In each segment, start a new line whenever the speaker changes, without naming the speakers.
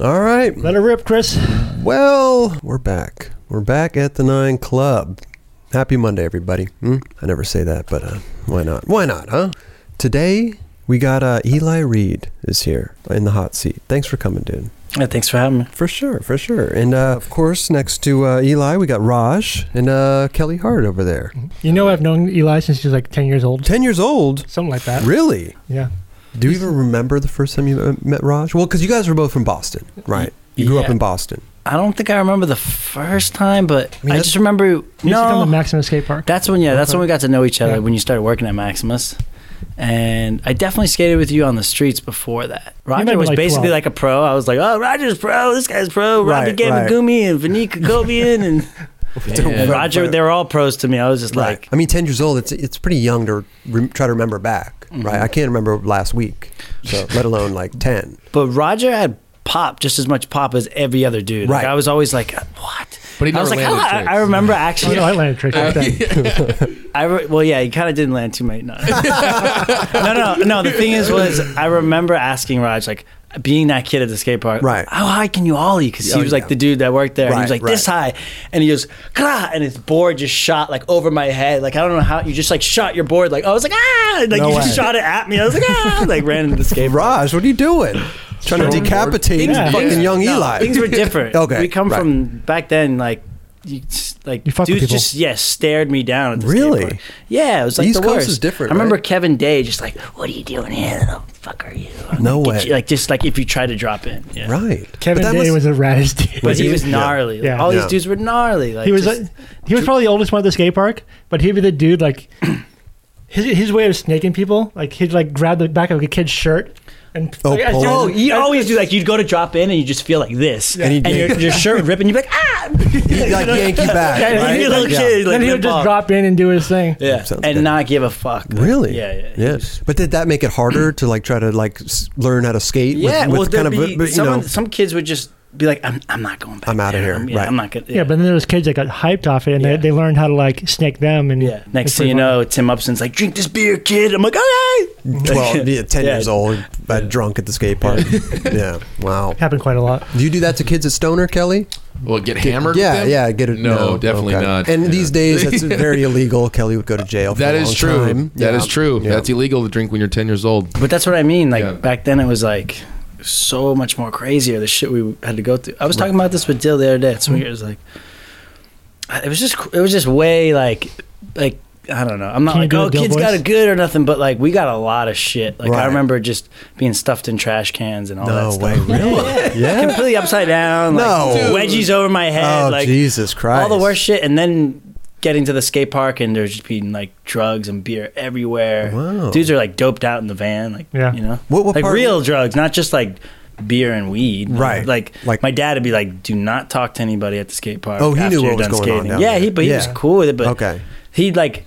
All right.
Let it rip, Chris.
Well, we're back. We're back at the Nine Club. Happy Monday, everybody. Hmm? I never say that, but uh, why not? Why not, huh? Today, we got uh, Eli Reed is here in the hot seat. Thanks for coming, dude.
Yeah, thanks for having me.
For sure, for sure. And uh, of course, next to uh, Eli, we got Raj and uh, Kelly Hart over there.
You know, I've known Eli since he was like 10 years old,
10 years old?
something like that.
Really?
Yeah.
Do you even remember the first time you uh, met Raj? Well, because you guys were both from Boston, right? You grew up
yeah.
in Boston.
I don't think I remember the first time, but I,
mean, that's-
just remember
He used to come to
no.
Maximum Skate Park.
That's when yeah, that's when we got to know each other
Yeah.
when you started working at Maximus. And I definitely skated with you on the streets before that.
might
Roger
be
was
like
basically
12.
like a pro. I was like, oh, Roger's pro. This guy's pro.
Right,
Robbie Gay
right.
Magumi and Vinny Kokobian and, and Roger. They were all pros to me. I was just
Right.
like,
I mean, 10 years old, it's, it's pretty young to rem- try to remember back,
Mm-hmm.
right? I can't remember last week, so, let alone like 10.
but Roger had pop just as much pop as every other dude. Like,
Right.
I was always like, what?
But he
I was
never
like,
landed
"Ah, I
tricks."
remember actually.
Oh, no, I landed tricks
Uh,
back then.
I re- well, yeah, he kind of didn't land too many. No, no, no, no. The thing is, was I remember asking Raj like being that kid at the skate park,
Right.
How high can you ollie? Because
Oh,
he was
yeah.
like the dude that worked there, and he was
Right,
like this high, and he goes, "Kra," and his board just shot like over my head. Like I don't know how you just like shot your board. Like I was like ah, like
No
you
way.
just shot it at me. I was like ah, like ran into the skate. park.
Raj, what are you doing? Trying to decapitate
Yeah.
fucking young
No,
Eli.
Things were different.
Okay,
we come
right.
from back then, like. You just, like
You fuck with
dudes
people.
just yeah stared me down at the skate
Really?
park. yeah it was like
East
the
Coast
worst.
is different,
I remember
right?
Kevin Day just like what are you doing here little fucker you I'm
No
gonna
way.
get you," like just like if you try to drop in yeah.
Right.
Kevin
But that
Day was,
must-
the raddest dude.
but he was
Yeah.
gnarly Like,
Yeah.
all
Yeah.
these dudes were gnarly like
he was
just-
like, he was probably the oldest one at the skate park, but he'd be the dude like his his way of snaking people. Like he'd like grab the back of a kid's shirt and
Oh,
like,
pull.
Oh,
oh,
you always do like you'd go to drop in and you just feel like this,
And he'd
and, your, your shirt would rip, and you'd be like, ah!
He'd, like Yankee back.
Yeah,
right?
you'd be a little
Yeah.
kid, like,
then he
rip
would just
off.
drop in and do his thing.
yeah,
Sounds
and
good.
not give a fuck. Like,
Really?
Yeah, yeah.
yeah. But did that make it harder to like try to like s- learn how to skate? with-
Yeah,
with,
well,
kind
there'd
of, a-
be,
but, you
someone,
know,
some kids would just be like, "I'm, I'm not going back.
I'm outta
there.
here."
yeah,
Right.
I'm not gonna.
Yeah, but then there was kids that got hyped off it, and
Yeah.
they, they learned how to like snake them. And
yeah. Next
it's
thing
pretty
you
fun.
know, Tim Upson's like, "Drink this beer, kid." I'm like, "Okay."
12, yeah, 10
Yeah.
years old, uh, drunk at the skate park. yeah. Wow.
happened quite a lot.
Do you do that to kids at Stoner, Kelly?
Well, get hammered.
yeah,
with them?
yeah, get it.
No, definitely
okay.
not.
And
Yeah.
these days, that's very illegal. Kelly would go to jail. For
that
a
is
long
true.
time.
That
Yeah.
is true.
Yeah.
That's illegal to drink when you're 10 years old.
But that's what I mean. Like
Yeah.
back then, it was like so much more crazier. The shit we had to go through. I was talking about this with Dill the other day. It's weird. It was like, I- it was just, it was just way like, like I don't know. I'm not
Can you
like,
do
oh,
a Dill
kids got
voice?
it good or nothing. But like, we got a lot of shit. Like
Right.
I remember just being stuffed in trash cans and all
No
that stuff.
way, really? Yeah.
Completely upside down, like
No.
wedgies over my head,
Oh
like
Jesus Christ!
all the worst shit, and then getting to the skate park and there's just being like drugs and beer everywhere.
Wow.
Dudes are like doped out in the van, like
Yeah.
you know,
What- what
like
part-
real drugs, not just like beer and weed.
Right.
Like,
Like-
like my dad would be like, "Do not talk to anybody at the skate park."
Oh, he
after
knew
you're
what was
done
going on down
yeah,
there.
he but he was
Yeah.
cool with it. But
Okay.
he like.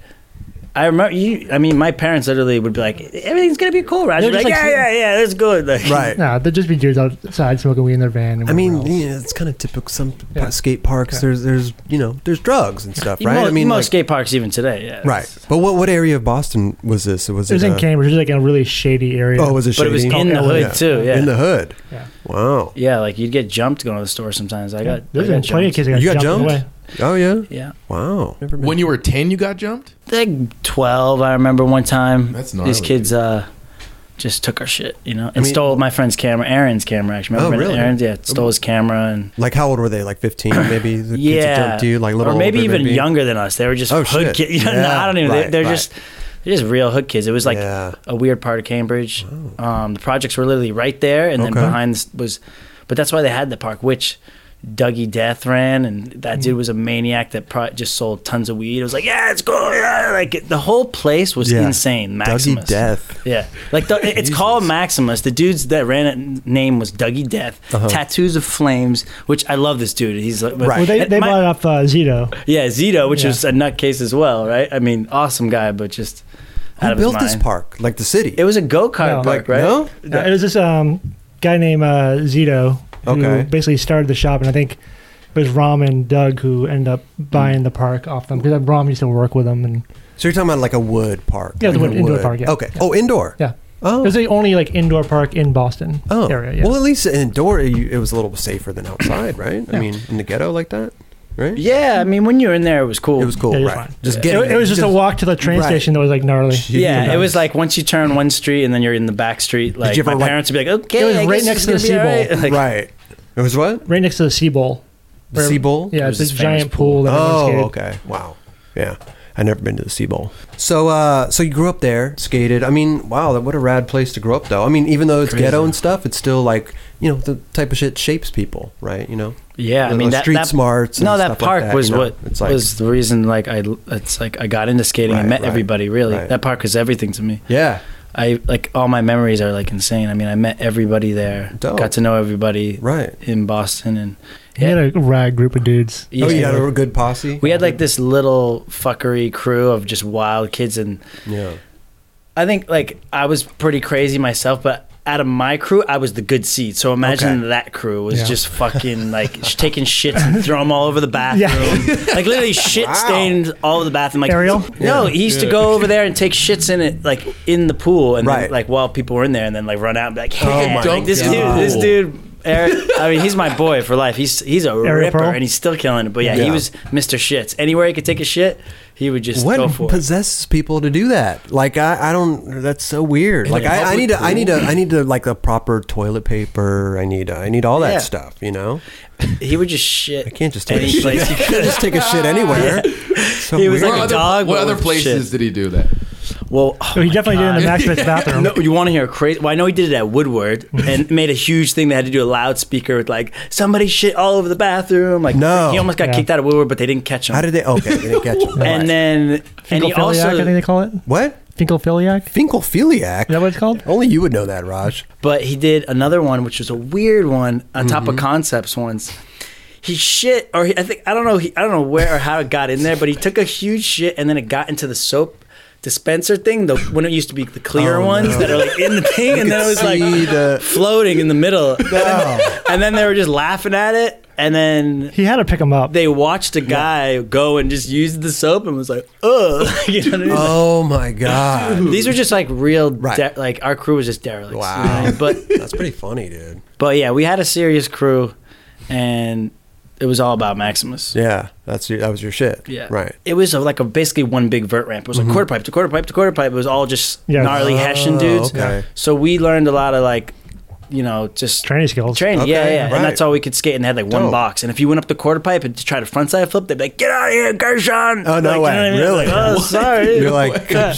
I remember you. I mean, my parents literally would be like, "Everything's gonna be cool, Roger."
They're
Like,
just
yeah,
like-
yeah, yeah, that's good. Like,
Right.
No, there'd just be dudes outside smoking weed in their van. And
I mean,
whatever else.
yeah, it's kind of typical. Some
Yeah.
skate parks,
Yeah.
there's, there's, you know, there's drugs and stuff, right?
Most,
I mean,
most
like-
skate parks even today. Yeah.
right. But what, what area of Boston was this? Was
it was in
uh,
Cambridge. It was like in a really shady area.
Oh, was it?
But it was
shady?
in the hood
Yeah.
too. Yeah.
In the hood.
Yeah.
Wow.
Yeah, like you'd get jumped going to the store sometimes. I got,
There's
I
been
got
plenty of
jumped.
kids that got
You got
jumped.
jumped?
away.
Oh yeah.
Yeah,
Wow. Never been.
When you were 10, you got jumped?
like twelve. I remember one time
That's gnarly,
these kids uh, just took our shit, you know, and
mean-
stole my friend's camera, Aaron's camera. Actually,
Oh,
remember
really?
Aaron's? Yeah, stole his camera and
like how old were they? Like 15, maybe. The kids that
yeah,
jumped you, like little
or maybe
older,
even
maybe?
younger than us. They were just
Oh, shit.
hood kids. You know,
Yeah,
I don't even.
right,
they're
right.
just they're just real hood kids. It was like
Yeah. Oh.
a weird part of Cambridge. Um, the projects were literally right there, and then
Okay.
behind this was, but that's why they had the park, which. Dougie Death ran, and that
Hmm.
dude was a maniac that pro- just sold tons of weed. It was like, yeah, it's cool. Yeah. Like the whole place was
Yeah.
insane. Maximus.
Dougie Death.
Yeah, like the, it's called Maximus. The dude's that ran it name was Dougie Death. Tattoos of flames, which I love. This dude, he's like,
Uh-huh. Right.
Well, they,
And
they
my-
bought it off uh, Zito.
yeah, Zito, which
Yeah.
is a nutcase as well, right? I mean, awesome guy, but just out
Who
of his
built this
mind.
park? Like the city?
It was a go kart
No.
park,
Like,
right?
no?
Uh, it was this um, guy named uh, Zito who
Okay.
basically started the shop, and I think it was Rom and Doug who ended up buying the park off them because Rom used to work with them, and
So you're talking about like a wood park?
Yeah, the
like a
wood- indoor park, yeah.
Okay. Oh, indoor.
yeah, It
Oh,
was the only like indoor park in Boston
oh.
area. Yeah.
Well, at least indoor, you, it was a little safer than outside, right? I mean, in the ghetto like that, right?
Yeah, I mean, when you were in there, it was cool.
It was cool,
Yeah, it was
right?
fine.
Just
it,
getting
it was just a walk to the train
Right.
station that was like gnarly.
Yeah, it was like once you turn one street and then you're in the back street. Like
you ever,
my
like-
parents would be like, "Okay,
It was
I guess
right
it's
next to the
gonna be all
Seabowl.
right." Like,
right. It was what?
right next to the Sea Bowl.
The
Where-
Sea Bowl?
Yeah,
It
it's
was
a
this famous
giant pool. that everyone
Oh,
skated.
okay. Wow. Yeah. I've never been to the Sea Bowl. So, uh, so you grew up there, skated. I mean, wow, that what a rad place to grow up, though. I mean, even though it's
Crazy.
ghetto and stuff, it's still like you know the type of shit shapes people, right? You know.
Yeah, I
The-
mean
the
that
street
that,
smarts and
no, that
stuff like
park
that,
was
you know?
what
It's like-
was the reason. Like I, it's like I got into skating.
Right,
I met
right,
everybody. Really,
right.
that park was everything to me.
Yeah.
I like all my memories are like insane. I mean, I met everybody there.
Dope.
Got to know everybody
Right.
in Boston, and
He had a rag group of dudes.
Oh, you had a good posse.
we had like this little fuckery crew of just wild kids, and
yeah.
I think like I was pretty crazy myself, but out of my crew, I was the good seed. So imagine
Okay.
that crew was
Yeah.
just fucking like sh- taking shits and throw them all over the bathroom, like literally shit
Wow.
stained all over the bathroom. Like
Ariel?
no, he used to go over there and take shits in it, like in the pool, and
Right.
then, like while people were in there, and then like run out and be like, hey,
Oh my
like, this
God.
dude, this dude. Eric, I mean, he's my boy for life. He's he's a ripper,
Pearl?
and he's still killing it. But yeah,
Yeah.
he was Mr. Shits. Anywhere he could take a shit, he would just go
What
for it.
possesses people to do that? Like I, I don't. That's so weird.
In
Like
a
I, I
public
need to, I
pool?
need to, I need to like a proper toilet paper. I need, I need all that
Yeah.
stuff. You know,
He would just shit.
I can't just take
any
a shit.
place
I
he could.
can't just take a shit anywhere. So
He was
weird.
like
what
a
other,
dog,
what
but
other
with
places
shit.
did he do that?
Well, oh
So he
my
definitely did it in the
God.
master's bathroom.
No, you want to hear a crazy? Well, I know he did it at Woodward and made a huge thing. They had to do a loudspeaker with like somebody shit all over the bathroom. Like
No.
he almost got
Yeah.
kicked out of Woodward, but they didn't catch him.
How did they? Okay, they didn't catch it.
"Oh, and then and he
Finkelphiliac, I think
also,
they call it.
what?
Finkelphiliac. Is
Finkelphiliac.
that what it's called?
Only you would know that, Raj.
but he did another one, which was a weird one on top
Mm-hmm.
of concepts once. He shit, or he, I think I don't know. He, I don't know where or how it got in there, but he took a huge shit and then it got into the soap dispenser thing. The when it used to be the clear
Oh,
ones
no.
that are like in the thing, and then it was
See
like
the-
floating in the middle.
Oh.
and then they were just laughing at it. And then
He had to pick him up.
they watched a guy go and just use the soap and was like, ugh. you know what I mean?
Oh my god.
These were just like real,
Right.
de- like our crew was just derelicts. you know what I mean?
Wow.
But
That's pretty funny, dude.
but yeah, we had a serious crew, and it was all about Maximus.
Yeah, that's your, that was your shit.
Yeah.
Right.
It was a, like a basically one big vert ramp. It was like quarter pipe to quarter pipe to quarter pipe. It was all just
Mm-hmm. Yeah.
gnarly
Oh,
Hessian dudes.
okay.
So we learned a lot of like, you know, just
Training skills.
Training, yeah,
Okay,
yeah,
right.
and that's all we could skate. And they had like one
Dope.
box, and if you went up the quarter pipe and tried a frontside flip, they'd be like, "Get out of here, Gershon!"
Oh, no way.
like, you know what I mean?
Really?
Like, oh,
What?
sorry.
You're like,
Yeah.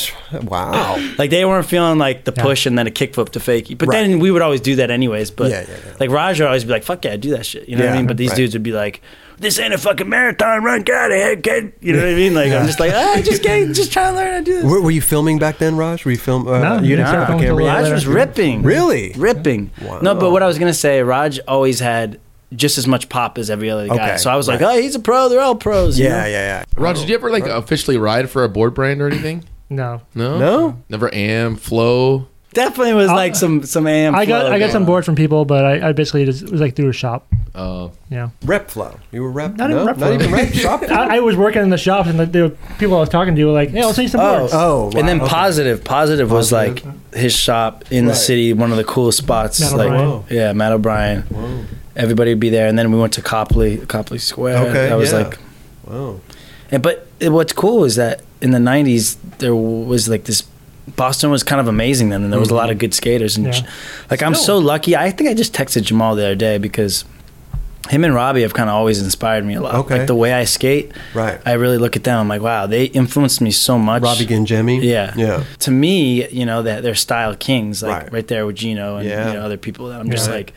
wow.
like they weren't feeling like the
Yeah.
push and then a kickflip to fakie. But
Right.
then we would always do that anyways. But
Yeah, yeah, yeah.
like Raj would always be like, "Fuck yeah, do that shit," you know what
Yeah,
I mean? But these
right.
dudes would be like, "This ain't a fucking marathon. Run, get out of here, kid." You know what I mean? Like I'm just like, ah, just getting, just trying to learn how to do this.
Were, were you filming back then, Raj? Were you film? Uh,
No,
you
no.
didn't film
Nah.
on camera.
Yeah,
Raj
later.
was ripping.
Really?
Ripping.
Wow.
No, but what I was going to say, Raj always had just as much pop as every other guy.
Okay,
So I was
right.
like, oh, he's a pro. They're all pros. you
Yeah,
know?
yeah,
Raj, did you ever like officially ride for a board brand or anything?
No.
No,
yeah. No.
never am flow.
Definitely was like some, some AM.
I got
flow
I got
going
some
on.
board from people, but I, I basically just it was like through a shop.
Uh,
Yeah.
Rep flow. You were rep.
Not
no?
even rep
Not
flow.
even rep shop.
I, I was working in the shops, and the, the people I was talking to were like, "Hey, I'll send you some boards."
Oh, wow,
and then
okay.
positive, positive was like his shop in the
Right.
city, one of the coolest spots.
Matt
like,
O'Brien.
Whoa.
yeah, Matt O'Brien. Everybody would be there, and then we went to Copley, Copley Square.
Okay,
that was
yeah.
like,
Wow.
and, but it- what's cool is that in the '90s there was like this. Boston was kind of amazing then, and there was a lot of good skaters. And
Mm-hmm. Yeah.
like, I'm so
Still.
lucky. I think I just texted Jamal the other day because him and Robbie have kind of always inspired me a lot.
Okay.
Like the way I skate,
Right.
I really look at them. I'm like, wow, they influenced me so much.
Robbie Gangemi.
Yeah.
Yeah.
To me, you know, that they're style kings, like
Right.
right, there with Gino and
Yeah.
you know, other people that I'm just
Yeah.
like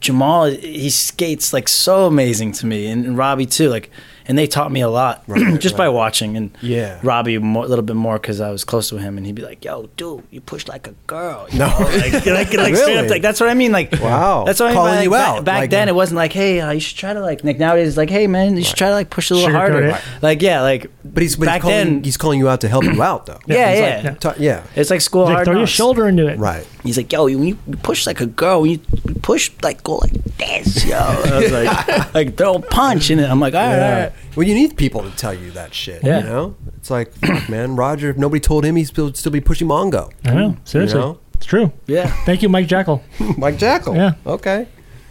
Jamal he skates like so amazing to me and, and Robbie too, like and they taught me a lot
Right,
just by watching and
Yeah.
Robbie more, a little bit more because I was close to him and he'd be like, "Yo, dude, you push like a girl." You
No.
know? like, like, like, straight
Really?
up, like that's what I mean. Like
Wow.
that's what I mean.
Calling
by, like,
you
ba-
out,
back
like-
then, it wasn't like, "Hey, uh, you should try to like." Like nowadays, it's like, "Hey, man, you should try to like push a little
Sugarcoat
harder."
it.
Like yeah, like
But he's but
back
he's calling,
then.
he's calling you out to help you out though.
yeah,
he's
yeah.
like- yeah.
Ta- yeah.
It's like school
He's like,
hard
throw your
knocks.
shoulder into it.
Right.
He's like, yo, when you push like a girl, when you push like go like this, yo. And I was like, like throw a punch in it. I'm like, all right, all
Yeah.
right.
Well, you need people to tell you that shit.
Yeah.
You know, it's like, fuck, man, Roger. If nobody told him, he'd still, still be pushing Mongo.
I know.
You
Seriously.
know?
It's true.
Yeah.
Thank you, Mike Jackal.
Mike Jackal.
Yeah.
Okay.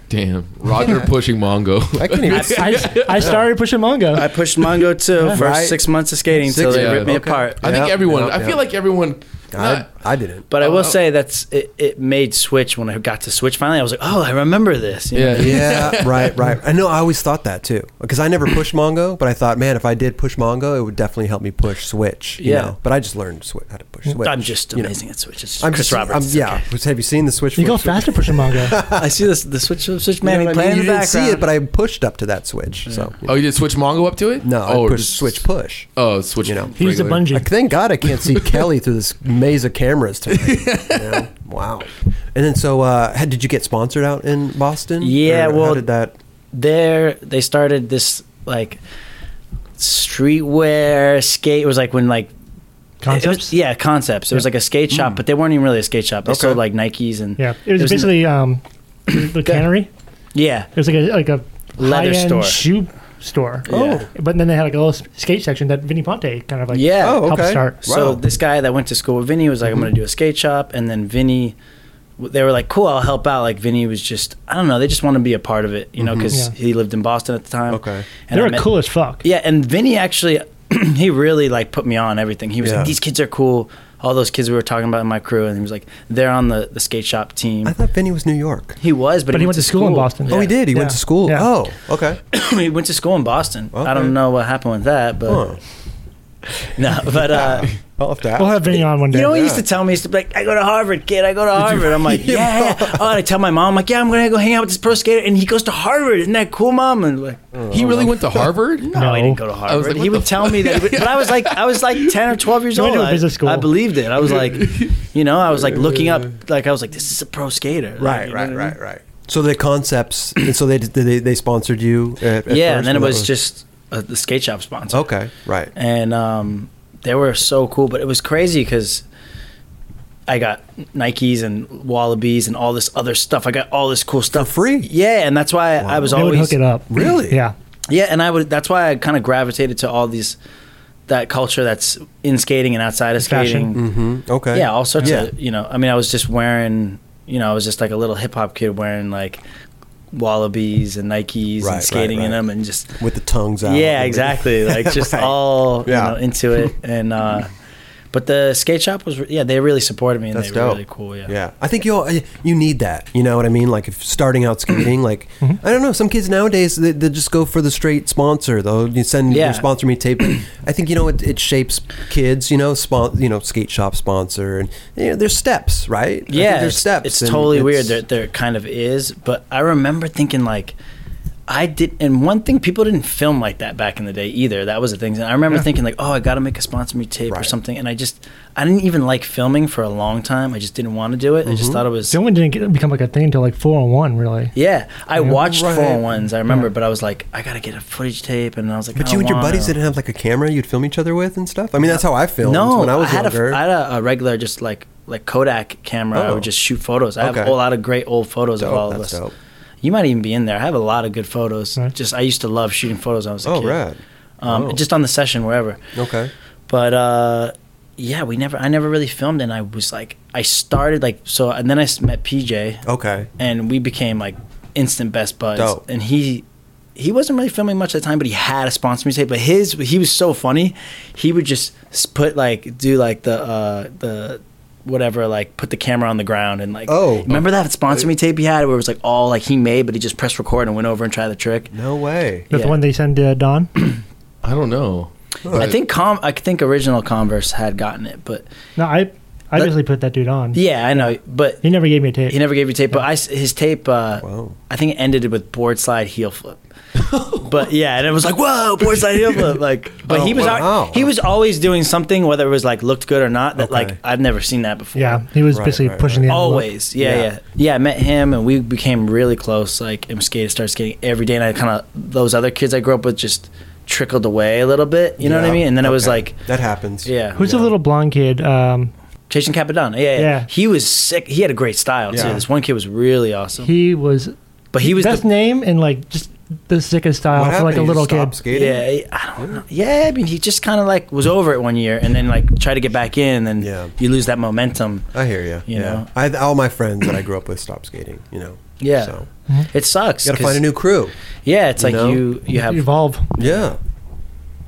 Damn, Roger pushing Mongo.
I can't even.
I, I started pushing Mongo.
I pushed Mongo too for
Right.
six months of skating
Six-
until they
yeah,
ripped me
okay.
apart.
I think
Yep,
everyone.
yep,
I feel
yep.
like everyone.
I,
not-
I didn't.
But I
Oh,
will
oh.
say that's it, it made Switch when I got to Switch finally. I was like, oh, I remember this. you know?
yeah,
Yeah, right, right. I know. I always thought that too because I never pushed Mongo, but I thought, man, if I did push Mongo, it would definitely help me push Switch. You
Yeah.
know? But I just learned Swi- how to push Switch.
I'm just
you know.
amazing at Switch. It's just
I'm
Chris
just,
Roberts.
I'm-
it's
yeah.
okay.
Was- Have you seen the Switch?
you go
Switch-
faster pushing Mongo.
I see this the Switch Switch
You know
man
what I mean?
playing
You
in the
didn't
background.
see it, but I pushed up to that Switch. So
Oh, you did switch Mongo up to it?
no,
oh,
I pushed
just-
Switch push.
Oh, switch.
You know.
He's a
regular.
bungee.
Like, thank God I can't see Kelly through this maze of cameras tonight. you know? Wow. And then so, uh, had- did you get sponsored out in Boston?
Yeah,
Or how
well-
did that?
there they started this like streetwear skate it was like when like it
Concepts? Mm.
was, yeah concepts it was like a skate shop but they weren't even really a skate shop they
Okay.
sold like nikes and
Yeah, it was, basically um, the cannery.
yeah
It was like a like a
Leather
high-end
store.
shoe store. Oh.
Yeah.
oh,
but then they had like a little s- skate section that Vinnie Ponte kind of like
yeah
Oh,
helped
okay.
start.
so
wow.
this guy that went to school with vinny was like i'm gonna do a skate shop and then vinny they were like cool i'll help out like vinny was just i don't know they just want to be a part of it you know because
Mm-hmm. Yeah.
he lived in boston at the time
Okay.
they
I
were
met-
cool as fuck.
Yeah, and Vinny actually, he really like put me on everything. He was
Yeah.
like, "These kids are cool." All those kids we were talking about in my crew, and he was like, "They're on the the skate shop team."
I thought Vinny was New York.
he was, but,
But he went to school in Boston.
Oh, he did. He went
Yeah.
to school.
Yeah.
Oh, okay.
he went to school in Boston. I
Okay.
don't know what happened with that, but
Huh.
no, but uh,
I'll have to ask.
We'll have Vinny on one day.
you know what he used to tell me? He used to be like, "I go to Harvard, kid. I go to Harvard." I'm like, "Yeah." yeah. Oh, and I tell my mom, like, "Yeah, I'm gonna go hang out with this pro skater, and he goes to Harvard. Isn't that cool, mom?" And like.
He really went to Harvard?
No, he didn't go to
Mm. I was
Harvard.
like,
he
what
would
the
tell me that, he would- but I was like, I was like ten or twelve years
He went
old.
to a
I,
business school.
I believed it. I was like, you know, I was like looking up, like I was like, this is a pro skater. Like,
Right,
you know
right,
what I
right,
mean?
right. So the concepts, and so they they, they sponsored you. At, at
Yeah,
first,
and then it
that
was just uh, the skate shop sponsor.
okay, right.
and um, they were so cool. But it was crazy because I got Nikes and Wallabies and all this other stuff. I got all this cool stuff
free?
Yeah, and that's why I was
they would
always
hook it up.
Really?
Yeah.
Yeah, and I would. That's why I kind of gravitated to all these that culture that's in skating and outside of
Fashion.
skating.
Mm-hmm. Okay.
Yeah, all sorts
Yeah.
of you know. I mean, I was just wearing you know, I was just like a little hip hop kid wearing like wallabies and Nikes
Right, right,
and skating in
right.
them and just
With the tongues out.
yeah, exactly. Like just
Right.
all
Yeah.
you know, into it and. uh but the skate shop was yeah they really supported me and
That's
they were
dope.
really cool yeah.
Yeah, I think you all, you need that. You know what I mean? Like if starting out
Mm-hmm.
skating, like I don't know, some kids nowadays they, they just go for the straight sponsor. Though you send
Yeah.
your sponsor me tape. But I think you know it, it shapes kids. You know, spon- you know, skate shop sponsor, and you know, there's steps, right? I think
yeah
there's
it's,
steps.
it's
and
totally weird
it's-
that there kind of is but i remember thinking like i did and one thing people didn't film like that back in the day either that was the thing and i remember thinking like oh i gotta make a sponsor me tape or
Right.
something and i just i didn't even like filming for a long time i just didn't want to do it i
Mm-hmm.
just thought it was
Someone didn't get, become like a thing until like four on one, really.
yeah i watched
Right.
four ones. i remember but i was like i gotta get a footage tape and i was like
But
I
you and your
wanna.
buddies didn't have like a camera you'd film each other with and stuff. I mean, that's how I filmed
no
when I was
had
younger.
A, I had a, a regular just like like kodak camera i
Oh.
would just shoot photos i have
Okay.
a lot of great old photos
Dope,
of all of
that's
us
dope.
You might even be in there. I have a lot of good photos.
Right.
Just I used to love shooting photos when I was a
Oh,
kid.
rad.
Um,
Oh.
Just on the session wherever.
Okay.
But uh, yeah, we never. I never really filmed, and I was like, I started like so, and then I s- met PJ,
Okay.
and we became like instant best buds.
Dope.
And he. He wasn't really filming much at the time, but he had a sponsor me tape. But his, he was so funny. He would just s- put like, do like the, uh, the, whatever, like put the camera on the ground and like,
Oh.
remember that sponsor me tape he had where it was like all like he made, but he just pressed record and went over and tried the trick.
No way.
That's
Yeah.
the one they send to Don.
I don't know.
I think com I think original Converse had gotten it, but
No, I I
That-
basically put that dude on.
yeah, I know. But
He never gave me a tape.
he never gave you tape. But I s his tape, uh,
Wow.
I think it ended with board slide heel flip. but yeah, and it was like whoa, board slide heel flip. Like, but
Oh,
he was al-
wow.
he was always doing something, whether it was like looked good or not. That
Okay.
like I've never seen that before.
yeah, he was
Right,
basically
right,
pushing the envelope.
Always, yeah,
Yeah.
yeah, yeah, I met him, and we became really close. Like, and skated, started skating every day, and I kind of those other kids I grew up with just trickled away a little bit. You know what I
Yeah.
mean? And then it was
Okay.
like,
that happens.
yeah,
Who's the little blonde kid? Um,
Jason Capadonna. Yeah, yeah,
Yeah.
He was sick. He had a great style too.
Yeah.
This one kid was really awesome.
he was.
but he was
best
the,
name and like just the sickest style Uh, for like a
You
little
stopped
kid.
Skating?
Yeah, I- I don't know. Yeah, I mean, he just kind of like was over it one year, and then like tried to get back in, and
Yeah.
you lose that momentum.
I hear you. yeah.
You know?
I, all my friends that I grew up with stopped skating, you know.
Yeah,
So
it sucks.
you got to
'cause-
find a new crew.
Yeah, it's
you
like
know?
you you have.
You evolve.
Yeah.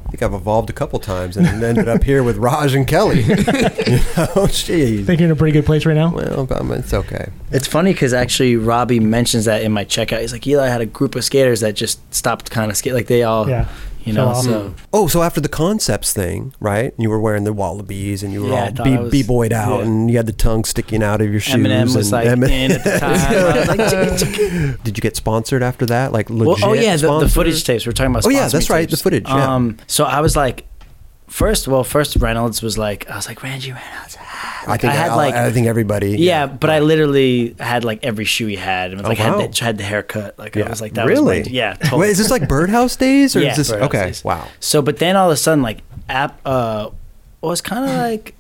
I think I've evolved a couple times and then ended up here with Raj and Kelly. you know,
I
jeez.
think you're in a pretty good place right now.
Well, but I'm- it's okay.
It's funny because actually Robbie mentions that in my checkout. He's like, Eli had a group of skaters that just stopped kind of skate, like they all,
Yeah.
you know.
Fell off.
So
Oh, so after the concepts thing, right? You were wearing the wallabies and you were
Yeah, I thought I
all
was-
be, b-boyed out
yeah.
and you had the tongue sticking out of your shoes.
Eminem
and
was like in at the time. I was like, "Chicka, chicka."
Did you get sponsored after that? Like
Well,
legit?
oh yeah, the, the
sponsored?
footage tapes. We're talking about.
Oh, yeah,
sponsor me
that's right, the
tapes.
footage, yeah.
Um, so I was like, first, well, first Reynolds was like, I was like Randy Reynolds. ah."
I think
I had
I,
like,
I think everybody.
yeah, but I literally had like every shoe he had, and like
Oh, wow.
had, the, had the haircut. Like I was like, that
really?
was my, yeah, totally.
Wait, is this like Birdhouse days or
Yeah,
is this
Birdhouse
okay?
days.
Wow.
So, but then all of a sudden, like, app uh, was kind of like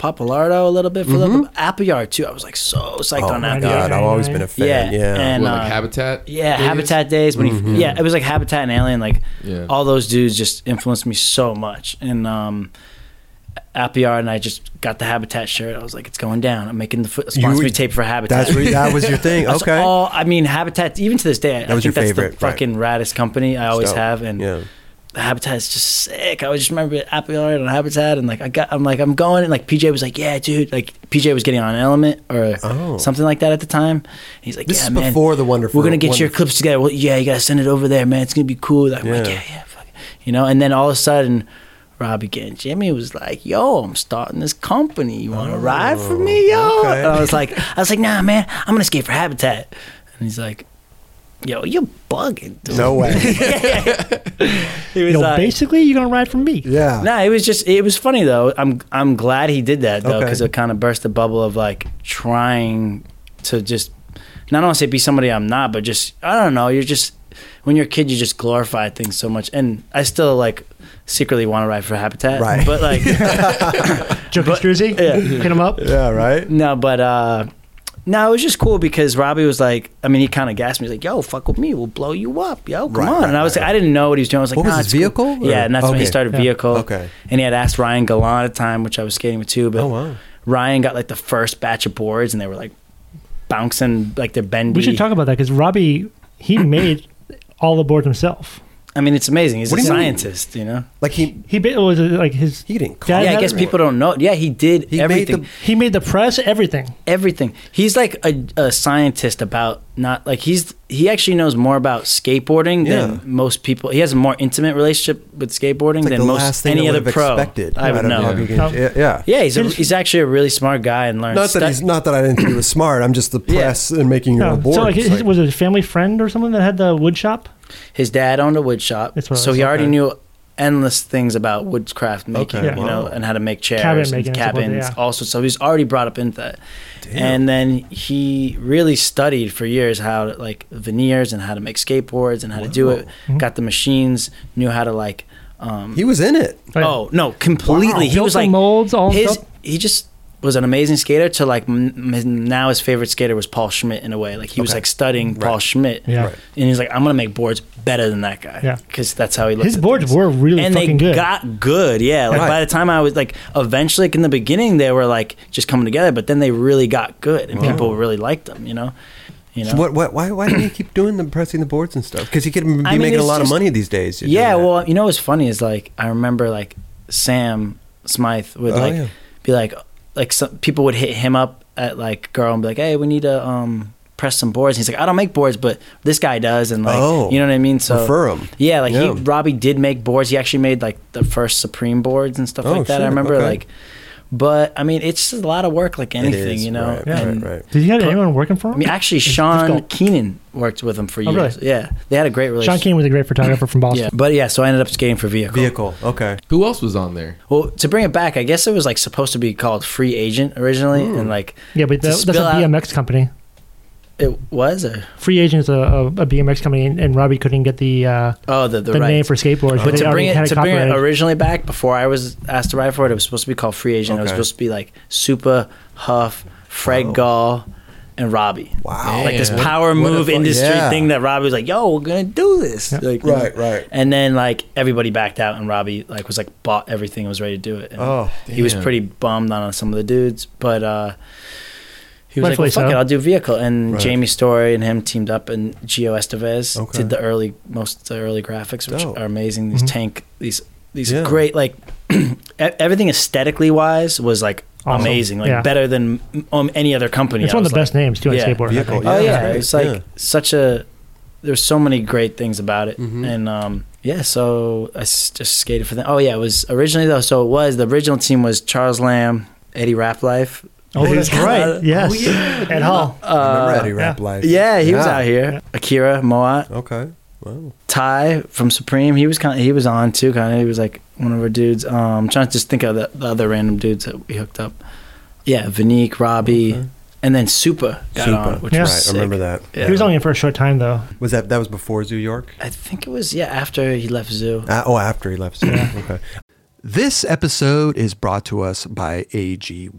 Papalardo a little bit for a little bit. Appleyard too. I was like so psyched
Mm-hmm. Oh
on
my
that.
god, I've always been a fan.
Yeah,
Yeah.
What,
and-
like
uh,
Habitat?
Yeah,
Vegas?
Habitat Days when
Mm-hmm.
he yeah, it was like Habitat and Alien. Like
Yeah.
all those dudes just influenced me so much. And um, Appiar and I just got the Habitat shirt. I was like, it's going down. I'm making the foot
You
sponsor
were-
me tape for Habitat.
that's where, that was your thing.
That's
Okay.
all. I mean, Habitat. Even to this day, I
was
think
your
that's
favorite,
the
right.
fucking raddest company I always
Dope.
have. And
yeah.
Habitat is just sick. I always just remember Appiar and Habitat, and like I got, I'm like, I'm going, and like PJ was like, yeah, dude, like PJ was getting on Element or
Oh.
something like that at the time. He's like,
This
yeah,
is
man,
before the wonderful.
we're gonna get your
Wonderful-
clips together. Well, yeah, you gotta send it over there, man. It's gonna be cool. Like, I'm like,
Yeah.
yeah, yeah, fuck it. you know. And then all of a sudden, Robbie and Jimmy was like, "Yo, I'm starting this company. You want to ride for me, yo?"
Oh, okay.
And I was like, "I was like, nah, man. I'm gonna skate for Habitat." And he's like, "Yo, you're bugging, dude."
No way.
He was
You know,
like-
basically, you're gonna ride from me.
Yeah.
No, it was just it was funny though. I'm I'm glad he did that though
Okay.
because it kind of burst the bubble of like trying to just not want to say be somebody I'm not, but just I don't know. You're just when you're a kid, you just glorify things so much, and I still like secretly want to ride for Habitat,
Right.
But like
Joker's jersey.
yeah.
Hit him up.
Yeah. Right.
no, but uh, no, it was just cool because Robbie was like, I mean, he kind of gassed me. He's like, "Yo, fuck with me, we'll blow you up, yo, come
Right,
on."
right,
and I was
right,
like, I didn't know what he was doing. I was like,
What was
nah,
his
it's cool."
vehicle, or-
Yeah, and that's when he
Okay.
started
Yeah.
vehicle.
Okay.
and he had asked Ryan Galan at the time, which I was skating with too. But
Oh, wow.
Ryan got like the first batch of boards, and they were like bouncing like they're bendy.
We should talk about that because Robbie he made all the boards himself.
I mean, it's amazing. He's
What
a
do you mean?
scientist, you know.
Like he
He ba- it was uh, like his.
he didn't.
Yeah,
call
yeah, I
had
guess
it.
people don't know. Yeah, he did
He made
everything.
the-
He made the press everything.
everything. He's like a, a scientist about not like he's he actually knows more about skateboarding
Yeah.
than most people. He has a more intimate relationship with skateboarding
It's like
than
the
most
last thing
any
I
other
would've
pro.
expected.
I would
out of
know.
Robbie
Yeah.
Gage. Yeah. yeah.
Yeah, he's a,
He's-
he's actually a really smart guy and learns.
Not that
stu-
he's not that I didn't think he was smart. I'm just the
Yeah.
press and making your
No.
own board.
So like,
It's
his,
like-
was it a family friend or someone that had the wood shop?
his dad owned a wood shop,
That's what I
so
was
he already
looking.
knew endless things about woodcraft making,
Okay,
you know,
wow.
and how to make chairs,
Cabinet
and
making and stuff like that,
cabins,
yeah.
also. So he's already brought up into that. And then he really studied for years how to like veneers and how to make skateboards and how to do it. Got the machines, knew how to like. Um,
he was in it.
Like,
oh no, completely. He
Built
was
the
like
molds, all
his.
stuff?
He just was an amazing skater. To like m- his, now, his favorite skater was Paul Schmidt in a way. Like he was
Okay.
like studying Paul
Right.
Schmidt.
Yeah.
Right.
And he's like, I'm gonna make boards better than that guy.
Yeah.
Because that's how he looked.
His
at
boards
things.
were really
and
fucking
they
good.
got good. Yeah. Like
Right.
by the time I was like, eventually, like in the beginning, they were like just coming together. But then they really got good, and people really liked them. You know. You know.
So what, what, why, why did he keep doing the pressing the boards and stuff? Because he could be
I mean,
making a
it's
lot of
just-
money these days. doing
Yeah,
that.
well, you know what's funny is like I remember like Sam Smythe would
Oh,
like
yeah.
be like like some people would hit him up at like girl and be like, hey, we need to um press some boards. And he's like, I don't make boards, but this guy does, and like
Oh.
you know what I mean. So
refer him.
Yeah, like
Yeah.
He, Robbie did make boards. He actually made like the first Supreme boards and stuff
Oh,
like that.
shit,
I remember
okay.
like, but I mean, it's just a lot of work, like anything,
is,
you know.
right,
Yeah.
And-
right, right.
Did he have
Pro-
anyone working for him?
I mean, actually,
It's
Sean
difficult.
Keenan worked with him for
Oh,
years.
really?
Yeah, they had a great relationship.
Sean Keane was a great photographer from Boston.
Yeah, but yeah, so I ended up skating for vehicle.
Vehicle. Okay.
Who else was on there?
Well, to bring it back, I guess it was like supposed to be called Free Agent originally, and like
Yeah, but
To
that, that's a
spill out-
BMX company.
it was. Or,
Free Agent is a, a, a BMX company, and, and Robbie couldn't get the uh,
oh, the the,
the,
right.
name for skateboards, but,
but
they
to
already
bring it
had it
to bring it
copyrighted.
originally back before I was asked to write for it, it was supposed to be called Free Agent. It was
Okay.
supposed to be like Supa, Huff, Fred Gall, and Robbie.
Wow.
Like this
Damn.
power
What a
move
fu-
industry
yeah.
thing that Robbie was like, "Yo, we're gonna do do this?
Yeah.
Like, you know?
Right, right.
And then like everybody backed out, and Robbie like was like bought everything and was ready to do it. And
Oh,
he was
damn.
pretty bummed on some of the dudes, but uh, he was
Rightfully
like, well, "Fuck
so.
it, I'll do vehicle." And
Right.
Jamie Story and him teamed up, and Gio Estevez
Okay.
did the early most of the early graphics, which
Dope.
are amazing. These
Mhm.
tank these these
Yeah.
great like e- everything aesthetically wise was like
Awesome.
amazing, like
Yeah.
better than um, any other company.
It's
I
one of
was
the
like,
best names too on
yeah.
skateboard. I
Vehicle,
think.
yeah.
Oh yeah,
right.
it's like
Yeah.
such a. There's so many great things about it,
Mhm.
and um, yeah. So I s- just skated for them. Oh yeah, it was originally though. So it was the original team was Charles Lamb, Eddie Raplife.
Oh, that's right. Yes. At Hall.
remember
Uh,
Eddie Rap Life?
yeah, he was
Yeah.
out here. Akira Moat,
Okay. Wow.
Ty from Supreme. He was kind. Of, he was on too. Kind of. He was like one of our dudes. Um, I'm trying to just think of the, the other random dudes that we hooked up. Yeah, Vanique, Robbie,
Okay.
and then Supa got on, which
Yeah.
was
right.
sick.
I remember that.
Yeah.
He was only in for a short time though.
Was that that was before Zoo York?
I think it was yeah after he left Zoo.
Uh, oh, after he left. Yeah. okay. This episode is brought to us by AG1.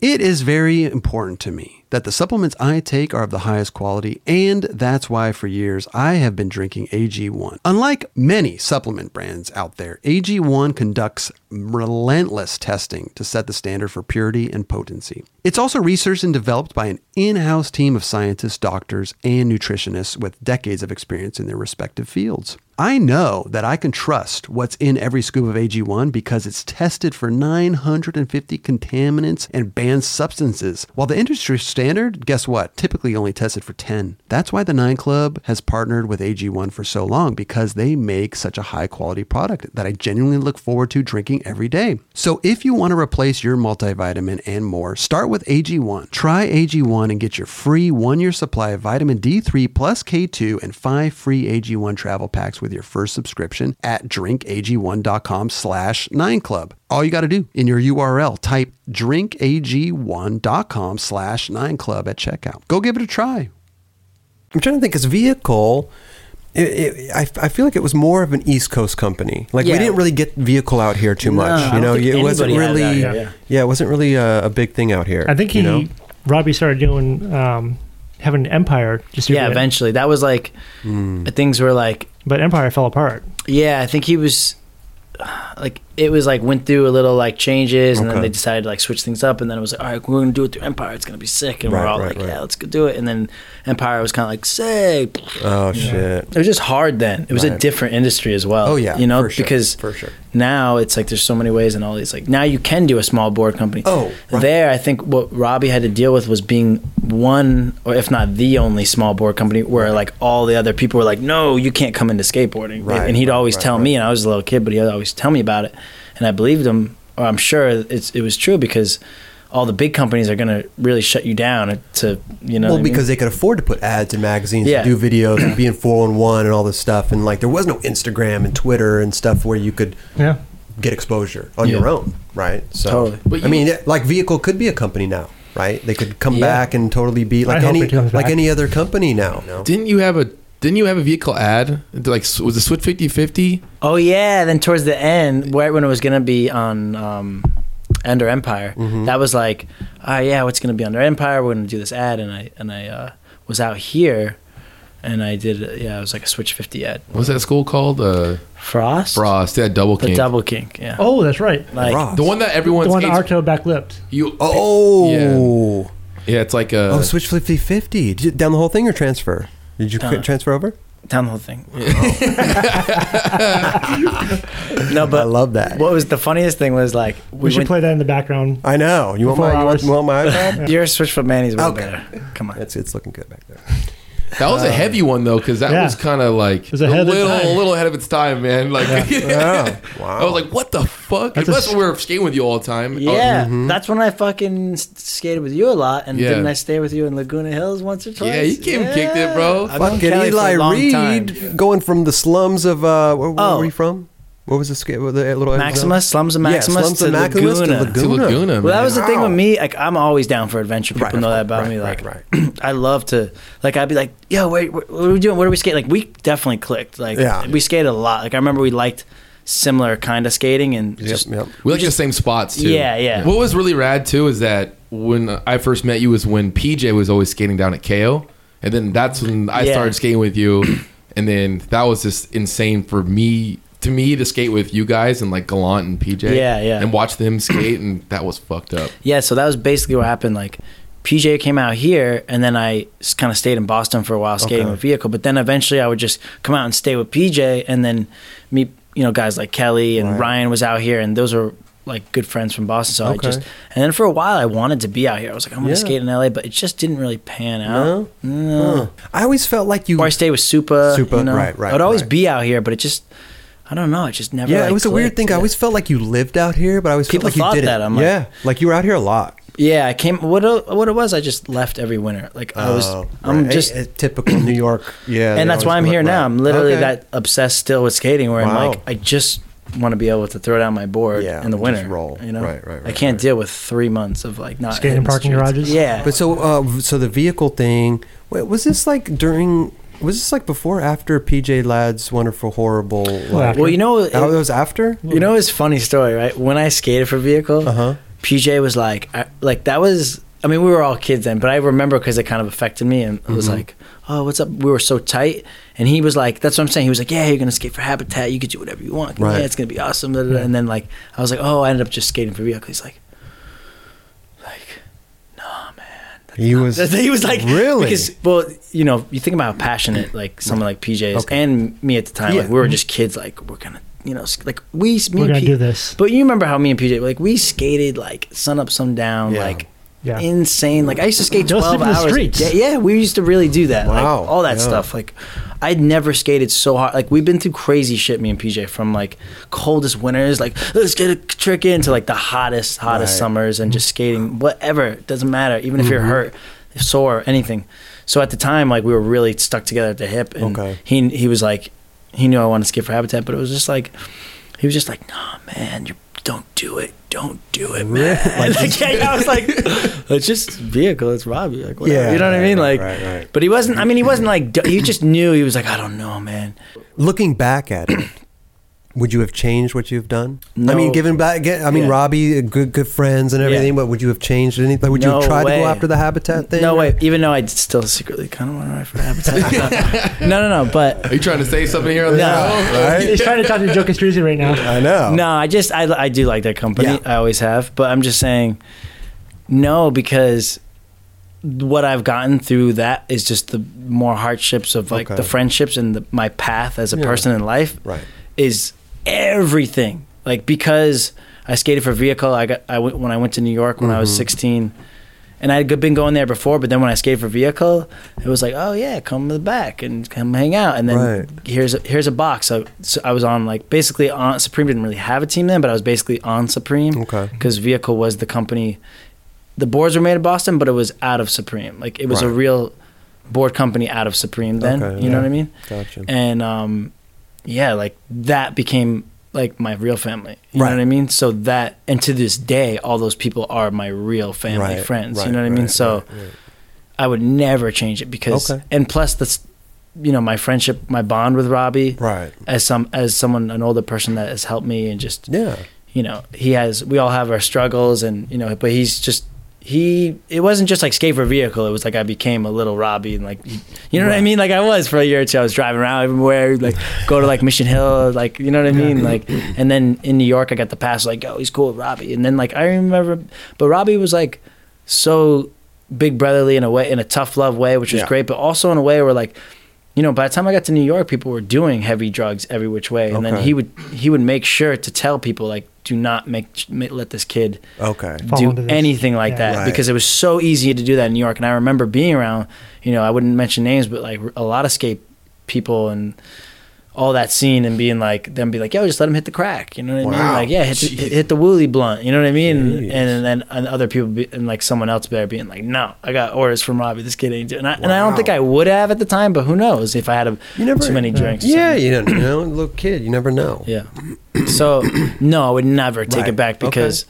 It is very important to me that the supplements I take are of the highest quality, and that's why for years I have been drinking AG1. Unlike many supplement brands out there, AG1 conducts relentless testing to set the standard for purity and potency. It's also researched and developed by an in house team of scientists, doctors, and nutritionists with decades of experience in their respective fields. I know that I can trust what's in every scoop of AG1 because it's tested for 950 contaminants and banned substances. While the industry standard, guess what, typically only tested for 10. That's why the 9 Club has partnered with AG1 for so long because they make such a high quality product that I genuinely look forward to drinking every day. So if you want to replace your multivitamin and more, start with AG1. Try AG1 and get your free one year supply of vitamin D3 plus K2 and five free AG1 travel packs with your first subscription at drinkag1.com slash 9club. All you got to do in your URL, type drinkag1.com slash 9club at checkout. Go give it a try. I'm trying to think, because Vehicle, it, it, I, I feel like it was more of an East Coast company. Like, we
Yeah.
didn't really get Vehicle out here too
No,
much.
I
you
don't
know,
think
it wasn't
anybody had
really,
that here,
yeah.
yeah.
it wasn't really a, a big thing out here.
I think he
you know?
Robbie started doing um, having an Empire just
yeah, eventually that was like
Hmm.
uh, things were like
but Empire fell apart.
yeah. I think he was like it was like went through a little like changes, and then
Okay.
they decided to like switch things up, and then it was like all right, we're gonna do it through Empire. It's gonna be sick, and
Right,
we're all
right,
like
right.
yeah, let's go do it. And then Empire was kind of like sick.
Oh, shit.
It was just hard then. It was a
Right.
different industry as well.
Oh, yeah.
you know
for sure,
because
for sure.
now it's like there's so many ways and all these like now you can do a small board company
Oh, right.
there i think what robbie had to deal with was being one or if not the only small board company where like all the other people were like no you can't come into skateboarding
Right,
and he'd
right,
always
right,
tell me and i was a little kid but he'd always tell me about it and i believed him or i'm sure it's, it was true because all the big companies are going to really shut you down to you know
well,
what I mean?
because they could afford to put ads in magazines,
Yeah.
and do videos, and be in 411 and all this stuff. And like, there was no Instagram and Twitter and stuff where you could
Yeah.
get exposure on your
Yeah.
own, right? So,
Totally.
But
I
you-
mean, like, Vehicle could be a company now, right? They could come
Yeah.
back and totally be like
hope
any
it comes
like
back.
any other company now.
Didn't you have a Didn't you have a vehicle ad? Like was it Switch fifty fifty?
Oh yeah, then towards the end, right when it was gonna be on um, Under Empire,
Mm-hmm.
that was like, oh yeah, what's gonna be Under Empire? We're gonna do this ad, and I and I uh, was out here, and I did yeah, it was like a Switch 50 ad.
What was that school called? Uh,
Frost,
Frost. They had double
the
kink.
double kink, yeah.
Oh, that's right.
like,
Ross.
the one that everyone
The one Arto backlipped.
you
Oh,
yeah, it's like a
oh, switch 50 50. Did you down the whole thing or transfer? Did you
Uh,
transfer over?
down the whole thing. no,
I
but
love that.
what was the funniest thing was like we,
We should
went-
play that in the background.
I know. You want
Four
my you want,
hours.
you want my iPad?
Your Switch for Manny's way
Okay.
better. Come on.
it's it's looking good back there.
that was a heavy one though because that
Yeah.
was kind of like
was
a
ahead of its
little
time.
a little ahead of its time, man. Like
Yeah. Wow.
I was like, what the fuck?
That's a
Unless
s-
we were skating with you all the
Oh,
time. Oh,
Yeah,
mm-hmm.
that's when I fucking s- skated with you a lot, and
Yeah.
didn't I stay with you in Laguna Hills once or
Oh,
twice?
yeah, you came and kicked it, bro.
I've known
Fucking
Kelly for a
Eli
long
Reed
time.
going from the slums of uh where, where
Oh.
were you from? What was the, sca- what the little
Maximus, Slums of
Yeah,
Maximus,
Slums
to
of Maximus
Laguna.
to Laguna.
To Laguna, man.
Well, that was the thing
Wow.
with me. Like, I'm always down for adventure. People
Right,
know that about
right,
me.
right,
Like, I love to. Like, I'd be like, "Yo, wait, what, what are we doing? What are we skating?" Like, we definitely clicked. Like,
Yeah.
we skated a lot. Like, I remember we liked similar kind of skating and just
yep.
We like the same spots too.
Yeah, yeah.
What was really rad too is that when I first met you was when PJ was always skating down at KO, and then that's when I
Yeah.
started skating with you. And then that was just insane for me to me to skate with you guys and like Gallant and PJ.
Yeah, yeah.
And watch them skate and that was fucked up.
Yeah, so that was basically what happened. Like, PJ came out here, and then I kind of stayed in Boston for a while skating
Okay.
with vehicle. But then eventually, I would just come out and stay with PJ, and then meet you know guys like Kelly and
Right.
Ryan was out here, and those were like good friends from Boston. So I
Okay.
just and then for a while, I wanted to be out here. I was like, I'm gonna
Yeah.
skate in LA, but it just didn't really pan out. No.
Huh. I always felt like you.
Or I stayed with Supa.
Supa,
you know?
right, right,
I'd always
right.
be out here, but it just I don't know. It just never.
yeah,
like,
it was a weird
clicked.
thing. I
Yeah.
always felt like you lived out here, but I always
People
felt like
thought
you didn't.
that, I'm like-
yeah, like you were out here a lot.
Yeah, I came. What it- what it was? I just left every winter. Like I was.
Oh,
I'm
right.
just.
A- a typical New York. Yeah, they
and that's
always
why I'm
go like
here now.
that.
I'm literally
Okay.
that obsessed still with skating, where I'm
Wow.
like, I just want to be able to throw down my board
Yeah,
in the
just
winter.
roll.
You know,
Right, right,
I
right,
can't
right.
deal with three months of like not
Skating
hitting the
parking
streets.
garages?
Yeah,
But so, uh, so the vehicle thing. Wait, was this like during? Was this like before, or after PJ Ladd's wonderful, horrible? Like,
after.
well, you know, it-
that was after.
you know, it's a funny story, right? When I skated for vehicle,
Uh-huh.
PJ was like, I, like that was. I mean, we were all kids then, but I remember because it kind of affected me, and it
Mm-hmm.
was like, "Oh, what's up?" We were so tight, and he was like, "That's what I'm saying." He was like, "Yeah, you're gonna skate for Habitat. You could do whatever you want.
Right.
Yeah, it's gonna be awesome." da, da, da. And then like, I was like, "Oh, I ended up just skating for vehicle." He's like, "Like,
He was.
that's- he was like
really?
because well you know you think about how passionate like someone like PJ is
Okay.
and me at the time like
Yeah.
we were just kids like we're gonna you know sk- like we me
We're
and
gonna
P-
do this.
but you remember how me and PJ like we skated like sun up sun down
Yeah.
like
Yeah.
insane like I used to skate
Don't
twelve
sleep in the
hours a
streets.
day. yeah we used to really do that
Wow.
like all that
Yeah.
stuff like I'd never skated so hard like we've been through crazy shit me and PJ from like coldest winters like let's get a trick in to like the hottest hottest
Right.
summers and just skating whatever it doesn't matter even if you're
Mm-hmm.
hurt sore anything so at the time like we were really stuck together at the hip and
Okay.
he he was like he knew I wanted to skate for Habitat but it was just like he was just like nah man you don't do it don't do it man
Really?
like, yeah, yeah, I was like it's just vehicle it's Robbie like whatever.
Yeah,
you know what I
right,
mean
right,
like
right, right.
but he wasn't I mean he wasn't like d- he just knew he was like I don't know man
Looking back at it, would you have changed what you've done? I
No.
mean, given back, get, I mean,
Yeah.
Robbie, uh, good good friends and everything, but would you have changed anything? Would you
No
have tried to
way.
go after the habitat thing?
no way even though I still secretly kind of want to ride for Habitat no no no but
Are you trying to say something here on the
No.
show?
He's trying to talk to Joe Castruzzi right now.
I know.
No, I just I, I do like that company.
Yeah.
I always have, but I'm just saying no because what I've gotten through that is just the more hardships of like
Okay.
the friendships and the, my path as a
Yeah.
person in life
Right.
is everything. Like because I skated for vehicle, I got I went when I went to New York when I
Mm-hmm.
was 16. And I had been going there before, but then when I skated for vehicle, it was like, oh yeah, come to the back and come hang out. And then
Right.
here's a, here's a box. So, so I was on like basically on Supreme didn't really have a team then, but I was basically on Supreme
Okay.
because Vehicle was the company. The boards were made in Boston, but it was out of Supreme. Like it was a
Right.
real board company out of Supreme then.
Okay,
you know
yeah.
what I mean?
Gotcha.
and um, yeah, like that became like my real family. You
Right.
know what I mean? So that and to this day, all those people are my real family
Right,
friends.
right,
you know what I mean?
right,
So
right, right.
I would never change it because
Okay.
and plus that's you know my friendship, my bond with Robbie
Right.
as some as someone an older person that has helped me and just
Yeah.
you know he has we all have our struggles and you know but he's just he it wasn't just like skate for vehicle it was like i became a little robbie and like you know what i mean like i was for a year or two i was driving around everywhere like go to like mission hill like you know what i mean like and then in new york i got the pass like oh he's cool with robbie and then like i remember but robbie was like so big brotherly in a way in a tough love way which was
Yeah.
great but also in a way where like you know, by the time I got to New York, people were doing heavy drugs every which way, and then
Okay.
he would he would make sure to tell people like, do not make ma- let this kid
Okay.
Fall
do
into this.
anything like
Yeah.
that
Right.
because it was so easy to do that in New York. And I remember being around, you know, I wouldn't mention names, but like a lot of skate people and all that scene and being like them be like yo just let him hit the crack you know what i mean
Wow.
like yeah hit the,
Jeez.
hit, hit the wooly blunt you know what i mean and,
Jeez.
and then and other people be, and like someone else there being like no i got orders from robbie this kid ain't doing and, I and i don't
Wow.
think i would have at the time but who knows if i had a,
You never-
too many drinks or
Yeah,
something.
you don't know, little kid, you never know.
Yeah. So no, I would never take
Right.
it back
Okay.
because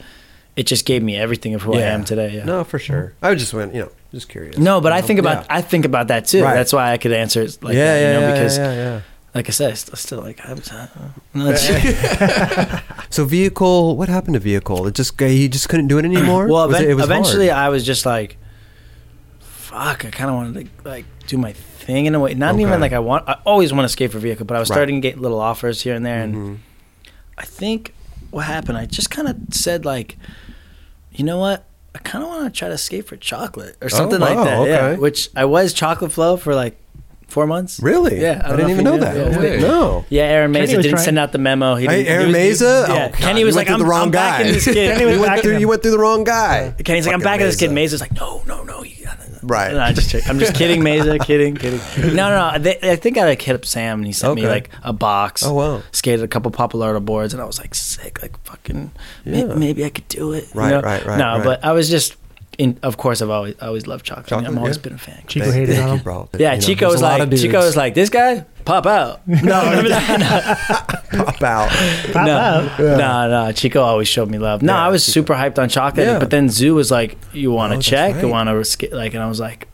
it just gave me everything of who I am today. Yeah. No,
No, for sure. I just went, you know, just curious.
but I
You know,
think about
yeah.
I think about that too.
Right.
That's why I could answer it like
yeah,
that,
yeah,
you know,
yeah,
because
yeah, yeah.
like I said, I still, still like I'm uh, no, it's-
So vehicle, what happened to vehicle? It just he just couldn't do it anymore.
well,
Was
even-
it, it was
eventually
hard.
I was just like fuck, I kind of wanted to like do my thing in a way. Not even
Okay.
like I want. I always want to skate for vehicle, but I was
Right. Mm-hmm.
starting to get little offers here and there, and I think what happened, I just kind of said like, you know what? I kind of want to try to skate for chocolate or something
wow,
like that. Yeah,
Oh, okay.
which I was chocolate flow for like four months.
Really?
Yeah,
I,
don't
didn't
if
even
you
know
knew.
that.
No way.
No.
Yeah, Aaron
Kenny
Meza
was
didn't
trying-
send out the memo. He
Hey,
didn't, he
Aaron
was-
Meza?
Yeah,
Oh, God,
Kenny
you
was
went
like,
to
I'm,
the wrong
I'm back
guy.
in this kid.
Kenny was
You went,
backing
through,
him.
you went through the wrong guy.
Kenny's like, I'm
Fucking
back in this kid.
Meza.
Maza's like, no, no, no, you got it.
Right.
No, I'm just, joking. I'm just kidding, Meza. kidding, kidding. No, no, no. They, I think I like hit up Sam and he sent me
Okay.
like a box.
Oh, wow.
Skated a couple Papalardo boards and I was like, sick. Like fucking, may-
Yeah.
maybe, I could do it.
Right, right, right,
No,
right.
but I was just, in, of course, I've always, I always loved chocolate. I
Chocolate,
have always
yeah.
been a fan.
Chico hated
Thank
on
you,
him.
bro.
Yeah,
You know,
Chico
there's
was
a lot
like,
of dudes.
Chico was like, this guy, pop out. No, remember that? No.
pop out.
Pop
No,
up.
no, no. Chico always showed me love. No,
Yeah,
I was
Chico.
super hyped on chocolate,
Yeah.
but then Zoo was like, "You want
Oh,
to
that's
check? You
right.
want to like?" And I was like,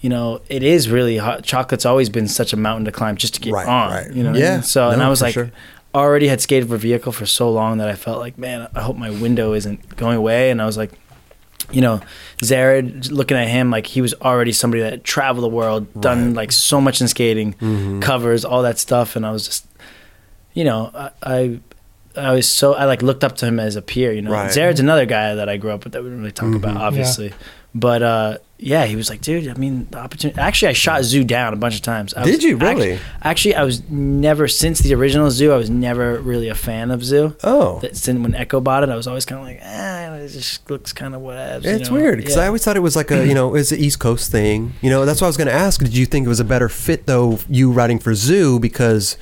"You know, it is really hot. Chocolate's always been such a mountain to climb just to get
Right,
on.
right.
You know? what I
Yeah,
mean? So, and
no,
I was
for
like,
sure.
already had skated for vehicle for so long that I felt like, man, I hope my window isn't going away. And I was like. You know, Zared, looking at him, like he was already somebody that traveled the world, done like so much in skating,
Mm-hmm.
covers, all that stuff. And I was just, you know, I, I I was so I like looked up to him as a peer, you know.
Right. Mm-hmm.
Zared's another guy that I grew up with that we didn't really talk about, obviously. But uh, yeah, he was like, dude, I mean, the opportunity. Actually, I shot Zoo down a bunch of times. I
Did
was
you
act-
really?
actually, I was never since the original Zoo. I was never really a fan of Zoo.
Oh.
That since when Echo bought it, I was always kind of like, ah, it just looks kind of whatever. you
It's
know?
weird because
Yeah.
I always thought it was like a you know it's an East Coast thing. You know that's what I was going to ask. Did you think it was a better fit though? You riding for Zoo because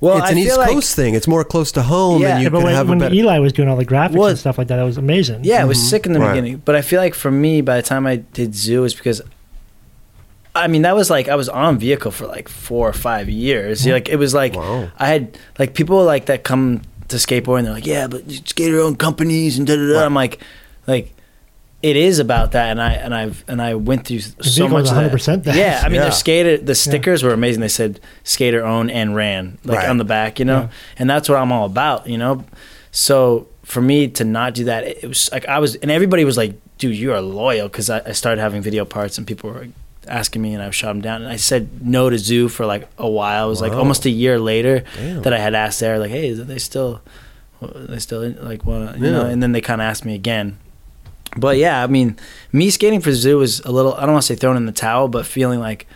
well,
it's
I
an
feel
East
like-
Coast thing. It's more close to home,
Yeah.
and you
Yeah, but
can
when,
have a
when
better.
Eli was doing all the graphics
Well,
and stuff like that, that was amazing.
Yeah, it was sick in the
Right.
beginning, but I feel like for me, by the time I did Zoo, is because, I mean, that was like I was on vehicle for like four or five
Mm-hmm.
years. Like it was like
Wow.
I had like people like that come to skateboard and they're like, yeah, but you skate your own companies and da da da. I'm like, like. It is about that, and I and I've and I went through so
vehicle
much.
was
of that.
100% that.
Yeah, I mean,
Yeah.
their skater, the stickers were amazing. They said skater owned and ran like
Right.
on the back, you know,
Yeah.
and that's what I'm all about, you know. So for me to not do that, it, it was like I was, and everybody was like, "Dude, you are loyal," because I, I started having video parts, and people were asking me, and I shot them down, and I said no to Zoo for like a while. It was like
Wow.
almost a year later
Damn.
that I had asked there, like, "Hey, is they still, they still like want to, you
Yeah.
know?" And then they kind of asked me again. But yeah, I mean, me skating for Zoo was a little, I don't want to say thrown in the towel, but feeling like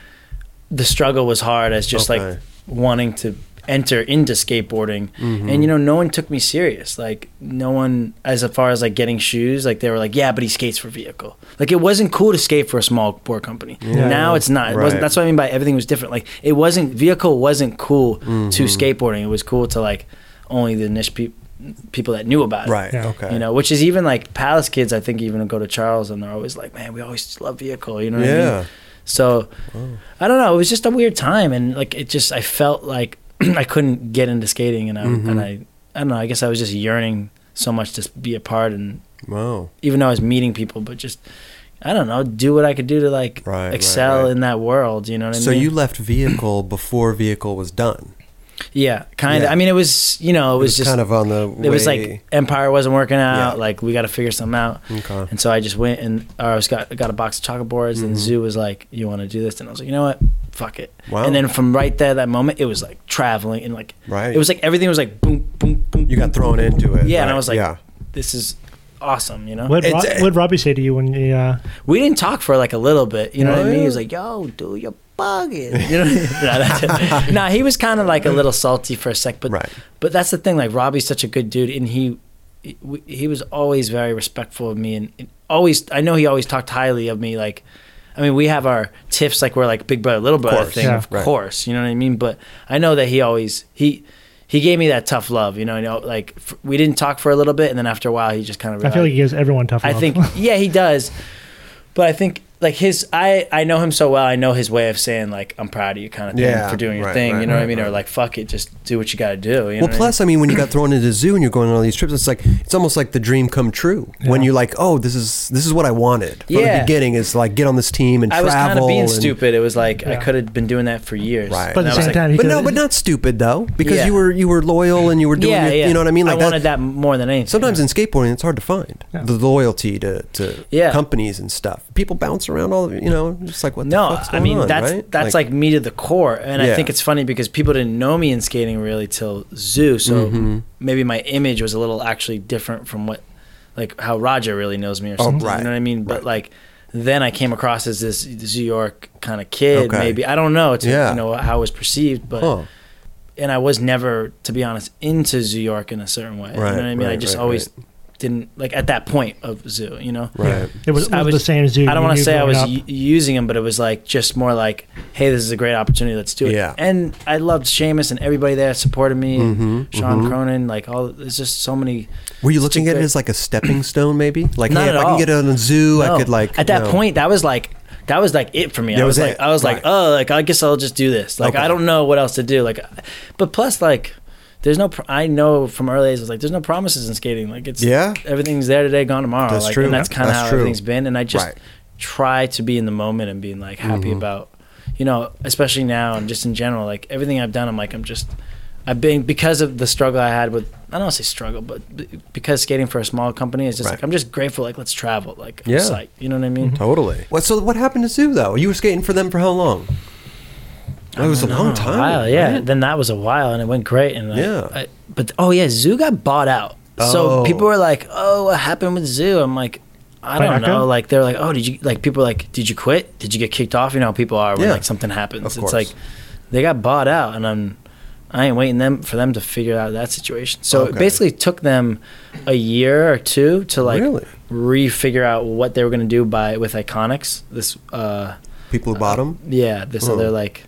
the struggle was hard as just
Okay.
like wanting to enter into skateboarding.
Mm-hmm.
And, you know, no one took me serious. Like, no one, as far as like getting shoes, like they were like, yeah, but he skates for vehicle. Like, it wasn't cool to skate for a small board company. Now it's not. It
Right.
wasn't, that's what I mean by everything was different. Like, it wasn't, vehicle wasn't cool
Mm-hmm.
to skateboarding. It was cool to like only the niche people. People that knew about it,
Right.
Yeah.
Okay.
you know, which is even like Palace kids, I think, even go to Charles and they're always like, man, we always love vehicle, you know what I
Yeah.
mean? So I don't know. It was just a weird time. And like, it just, I felt like I couldn't get into skating. And I,
Mm-hmm.
and I, I don't know, I guess I was just yearning so much to be a part. And
Wow.
even though I was meeting people, but just, I don't know, do what I could do to like
Right, right,
excel
right.
in that world. You know what I
So
mean?
you left vehicle before vehicle was done.
yeah, kind of.
Yeah.
I mean, it was, you know, it was, just
kind of on the.
it was like Empire wasn't working out.
Yeah.
Like we got to figure something out.
Okay. Mm-hmm.
And so I just went and or I was got got a box of chocolate boards, and Zoo was like, "You want to do this?" And I was like, "You know what? Fuck it."
Wow.
And then from right there, that moment, it was like traveling and like
Right.
It was like everything was like boom, boom, boom.
you got
boom,
thrown
boom,
into it.
boom. Yeah,
right,
and I was like,
yeah.
"This is awesome," you know.
What Ro-
It's-
would Robbie say to you when he? Uh,
We didn't talk for like a little bit. You know what I
Oh,
mean?
yeah.
He was like, "Yo, dude, you're bugging." You know? no, that's it. Nah, he was kind of like a little salty for a sec, but
Right.
but that's the thing. Like Robbie's such a good dude, and he he- he was always very respectful of me, and, and always I know he always talked highly of me. Like, I mean, we have our tiffs, like we're like big brother, little brother
course.
thing,
Yeah.
of
Right.
course. You know what I mean? But I know that he always he. He gave me that tough love, you know. You know, like f- we didn't talk for a little bit, and then after a while, he just kind of.
I feel like he gives everyone tough.
I
love.
think yeah, he does. But I think like his I I know him so well. I know his way of saying like I'm proud of you kind of thing
Yeah,
for doing your
right,
thing.
right,
you know what I
right,
mean? Or
right.
like fuck it, just do what you got to do. You know
Well,
what I
plus, I mean, when you got thrown into the zoo and you're going on all these trips, it's like it's almost like the dream come true. When
Yeah.
you're like, oh, this is this is what I wanted from
Yeah.
the beginning. Is like get on this team and
mean? I was
travel.
kind of being
and-
stupid. It was like I
Yeah.
could have been doing that for years.
Right.
But at
And I
the
was
same
like,
time, he
But
could've-
no, but not stupid though, because
Yeah.
you were you were loyal and you were doing
yeah,
your,
yeah.
you know what I mean. Like
I
that-
wanted that more than anything.
Sometimes in skateboarding, it's hard to find
Yeah.
the loyalty to, to
Yeah.
companies and stuff. People bounce around all the, you know, just like what the
no,
fuck's
I
going
mean
on,
that's
right?
that's like, me to the core, and
Yeah.
I think it's funny because people didn't know me in skating really till Zoo, so
Mm-hmm.
maybe my image was a little actually different from what like how Roger really knows me or
Oh,
something.
right,
You know what I mean?
right.
But like then I came across as this, this New York kind of kid.
Okay.
Maybe I don't know. It's
Yeah.
you know how it was perceived, but
huh.
and I was never, to be honest, into Zoo York in a certain way. you know
Right,
what I mean? I
right,
just
right,
always didn't like at that point of Zoo. You know?
right.
It was, it
I
was the
was-
same zoo.
I
you
don't want
knew
to say I
growing
was
up.
u- using him, but it was like just more like, hey, this is a great opportunity. Let's do it.
Yeah.
And I loved Seamus and everybody there supported me.
Mhm,
and Sean
mhm.
Cronin, like all there's just so many.
Were you looking at it
good.
as like a stepping stone, maybe? Like,
Not
hey, if
at
I can
all.
get on a zoo, I
No.
could like
at that
no.
point that was like that was like it for me.
That
I
was
was,
it,
like I was like
right.
oh like I guess I'll just do this. Like
Okay.
I don't know what else to do. Like, but plus like there's no pr- I know from early days I was like there's no promises in skating. Like it's
Yeah.
everything's there today gone tomorrow.
That's
like,
true.
And that's kind of
That's
how
true.
everything's been. And I just
Right. Mm-hmm.
try to be in the moment and being like happy about you know especially now and just in general like everything I've done I'm like I'm just I've been because of the struggle I had with I don't want to say struggle but b- because skating for a small company is just
Right.
like I'm just grateful like let's travel like
Yeah. Mm-hmm.
yeah. psyched, you know what I mean
Totally. What, so what happened to zoo though? You were skating for them for how long? It was a long
A
time.
while, oh, yeah.
right?
Then that was a while, and it went great. And I-
Yeah.
I, but oh yeah, Zoo got bought out.
Oh.
So people were like, "Oh, what happened with Zoo?" I'm like, I
By
don't
Echo?
know. Like they're like, "Oh, did you like?" People are like, "Did you quit? Did you get kicked off?" You know, how people are when
Yeah.
like something happens.
Of course.
it's like they got bought out, and I'm I ain't waiting them for them to figure out that situation. So
Okay.
it basically took them a year or two to like
Really?
re-figure out what they were gonna do by with Iconics. This. uh
People who bought 'em?
yeah, this
Oh.
other like,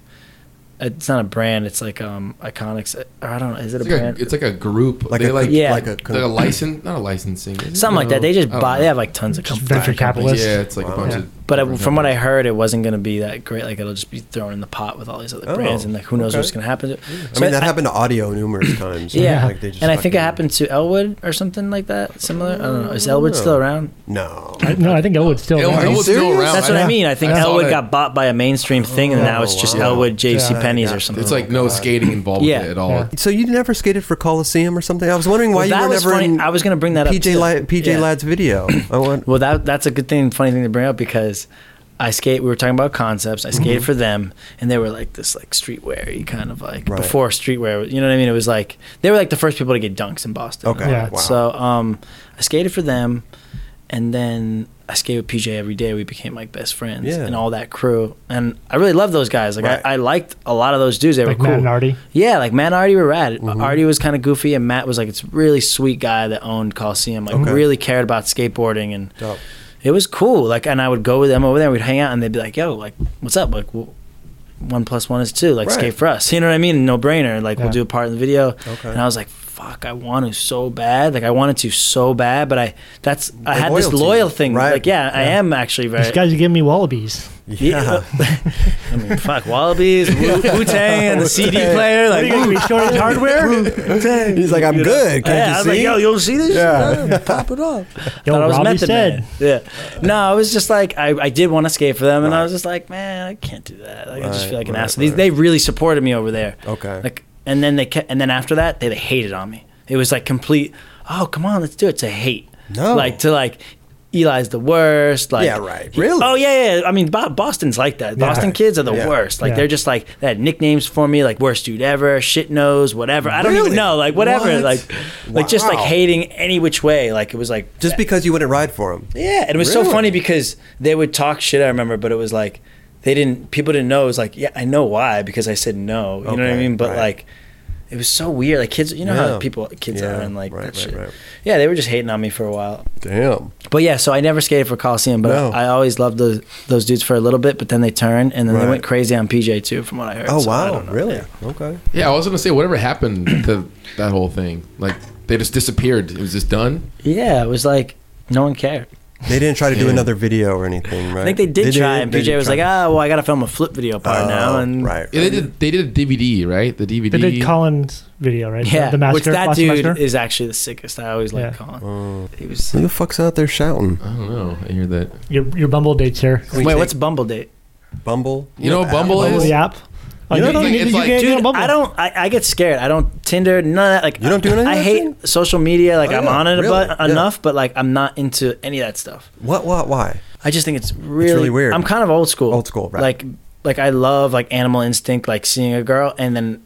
it's not a brand. It's like um Iconics. Or I don't know. Is it a
It's like,
brand?
a, it's like a group.
Like
Like they
a,
like
yeah.
like a
they're a license, not a licensing. is it?
Something like that.
No.
They just
I don't
buy.
know.
They have like tons of companies.
venture capitalists.
Yeah, it's like
Wow.
a bunch
Yeah.
of.
But I,
different
from what I
companies.
heard, it wasn't going to be that great. Like it'll just be thrown in the pot with all these other
Oh,
brands, and like who knows
okay.
what's going to happen. to it.
I
So
mean, that happened to audio numerous times. right?
Yeah,
Like, they just
and I think
fucking-
it happened to Elwood or something like that. Similar. I don't know. Is Elwood still around?
No.
I- no, I think Elwood's still
Elwood-
there.
Elwood's
serious?
still around.
That's what I
know.
mean. I think
saw
Elwood
that.
got bought by a mainstream thing, and now it's just
wow.
Elwood, J.C.
Yeah,
Penney's
yeah.
or something.
It's like no skating involved
Yeah.
with it at all.
Yeah.
So you never skated for Coliseum or something? I was wondering why
Well, that
you were
was
never
funny.
in.
I was going to bring that up.
PJ
too.
Li- PJ
Yeah.
Ladd's video. I want.
Well, that that's a good thing, funny thing to bring up because I skate. We were talking about concepts. I
Mm-hmm.
skated for them, and they were like this, like streetwear kind of like
Right.
before streetwear. You know what I mean? It was like they were like the first people to get dunks in Boston.
Okay.
Yeah.
Wow.
So um, I skated for them, and then I skated with PJ every day. We became like best friends,
Yeah.
and all that crew. And I really loved those guys. Like
Right.
I, I liked a lot of those dudes. They
Like
were cool.
Matt and Artie.
Yeah, like Matt and Artie were rad.
Mm-hmm.
Artie was kind of goofy, and Matt was like this really sweet guy that owned Coliseum. Like
Okay.
really cared about skateboarding, and
Dope.
it was cool. Like, and I would go with them over there. We'd hang out, and they'd be like, "Yo, like, what's up? Like, w one plus one is two. Like,
Right.
skate for us. You know what I mean? No brainer. Like,
Yeah.
we'll do a part in the video."
Okay.
And I was like, "Fuck, I want to so bad. Like, I wanted to so bad, but I that's I
The
had this
loyalty,
loyal thing.
right.
Like, yeah, I am actually
These
very."
guys are giving me wallabies.
Yeah.
I mean, fuck, Wallabies, Wu Tang, and the CD player.
Are
Like,
you going to be shortage hardware?
He's like, I'm good. Can't
yeah, I
you
was
see?
like, yo, you don't see this?
Yeah.
No, pop it off.
Yo,
Thought I was
Robbie
Method
said.
Man. Yeah. No, I was just like, I, I did want to skate for them, and I was just like, man, I can't do that. Like, I just
Right,
feel like an
right,
asshole. These
right.
They really supported me over there.
Okay.
Like, and then they kept, and then after that, they, they hated on me. It was like complete. Oh, come on, let's do it. To hate.
No.
Like to like. Eli's the worst. Like,
Yeah, right. Really?
Oh yeah, yeah. I mean, Bo- Boston's like that.
Yeah.
Boston kids are the
Yeah.
worst. Like
Yeah.
they're just like they had nicknames for me, like worst dude ever, shit nose, whatever. I don't
Really?
even know, like whatever,
What?
like like just like
Wow.
hating any which way. Like it was like
just because you wouldn't ride for him.
yeah, and it was
Really?
so funny because they would talk shit. I remember, but it was like they didn't. People didn't know. It was like, yeah, I know why because I said no. You know what I
Okay,
mean? But
right.
like, it was so weird. Like kids, you know
Yeah.
how people kids
Yeah,
are and like
right,
that
right,
shit.
right.
Yeah, they were just hating on me for a while.
Damn.
But yeah, so I never skated for Coliseum, but
No.
I, I always loved those those dudes for a little bit. But then they turned, and then
Right.
they went crazy on PJ too, from what I heard.
Oh
so I
wow.
don't know.
Really?
Yeah.
Okay.
Yeah, I was gonna say whatever happened to that whole thing. Like they just disappeared. It was just done.
Yeah, it was like no one cared.
They didn't try to do
Yeah.
another video or anything, right?
I think they did try, and
they
PJ
did
was
try.
like, "Ah, well, I gotta film a flip video part
Oh,
now." And
right,
Yeah, they did. They did a DVD, right? The DVD.
They did Colin's video, right?
yeah,
the massacre.
which that
Boston
dude
massacre?
is actually the sickest. I always like
Yeah.
Oh.
Colin. He was.
Who the fuck's out there shouting?
I don't know. I hear that.
your your Bumble dates here.
we
Wait,
take-
what's Bumble date?
Bumble.
You know what Bumble
Bumble
is?
the app. Oh,
You know, it's like-
get on
Dude,
Bumble?
I don't. I, I get scared. I don't Tinder. None of that. Like
You don't do any of
I
that
hate
shit?
social media. Like
Oh,
I'm
yeah,
on it a
really?
bu-
Yeah.
enough, but like I'm not into any of that stuff.
What? What? Why?
I just think it's really,
really weird.
I'm kind of old school.
Old school, right.
Like like I love like Animal Instinct, like seeing a girl and then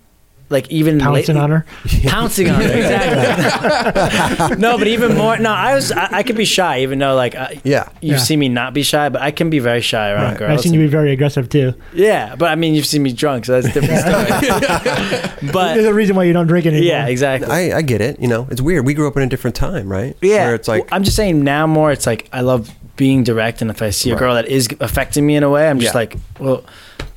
like even
pouncing
lately-
on her.
pouncing on her. Exactly. no, but even more. No, I was. I, I could be shy, even though like I,
Yeah.
Yeah.
you've seen me not be shy, but I can be very shy around
Right.
I've
girls.
seen you be very aggressive too.
yeah, but I mean you've seen me drunk, so that's a different story.
There's
but
a reason why you don't drink anymore.
yeah, exactly.
I, I get it. You know, it's weird. We grew up in a different time, right?
Yeah,
Where it's like,
I'm just saying now more. It's like I love being direct, and if I see a
Right.
girl that is affecting me in a way, I'm just
Yeah.
like, well,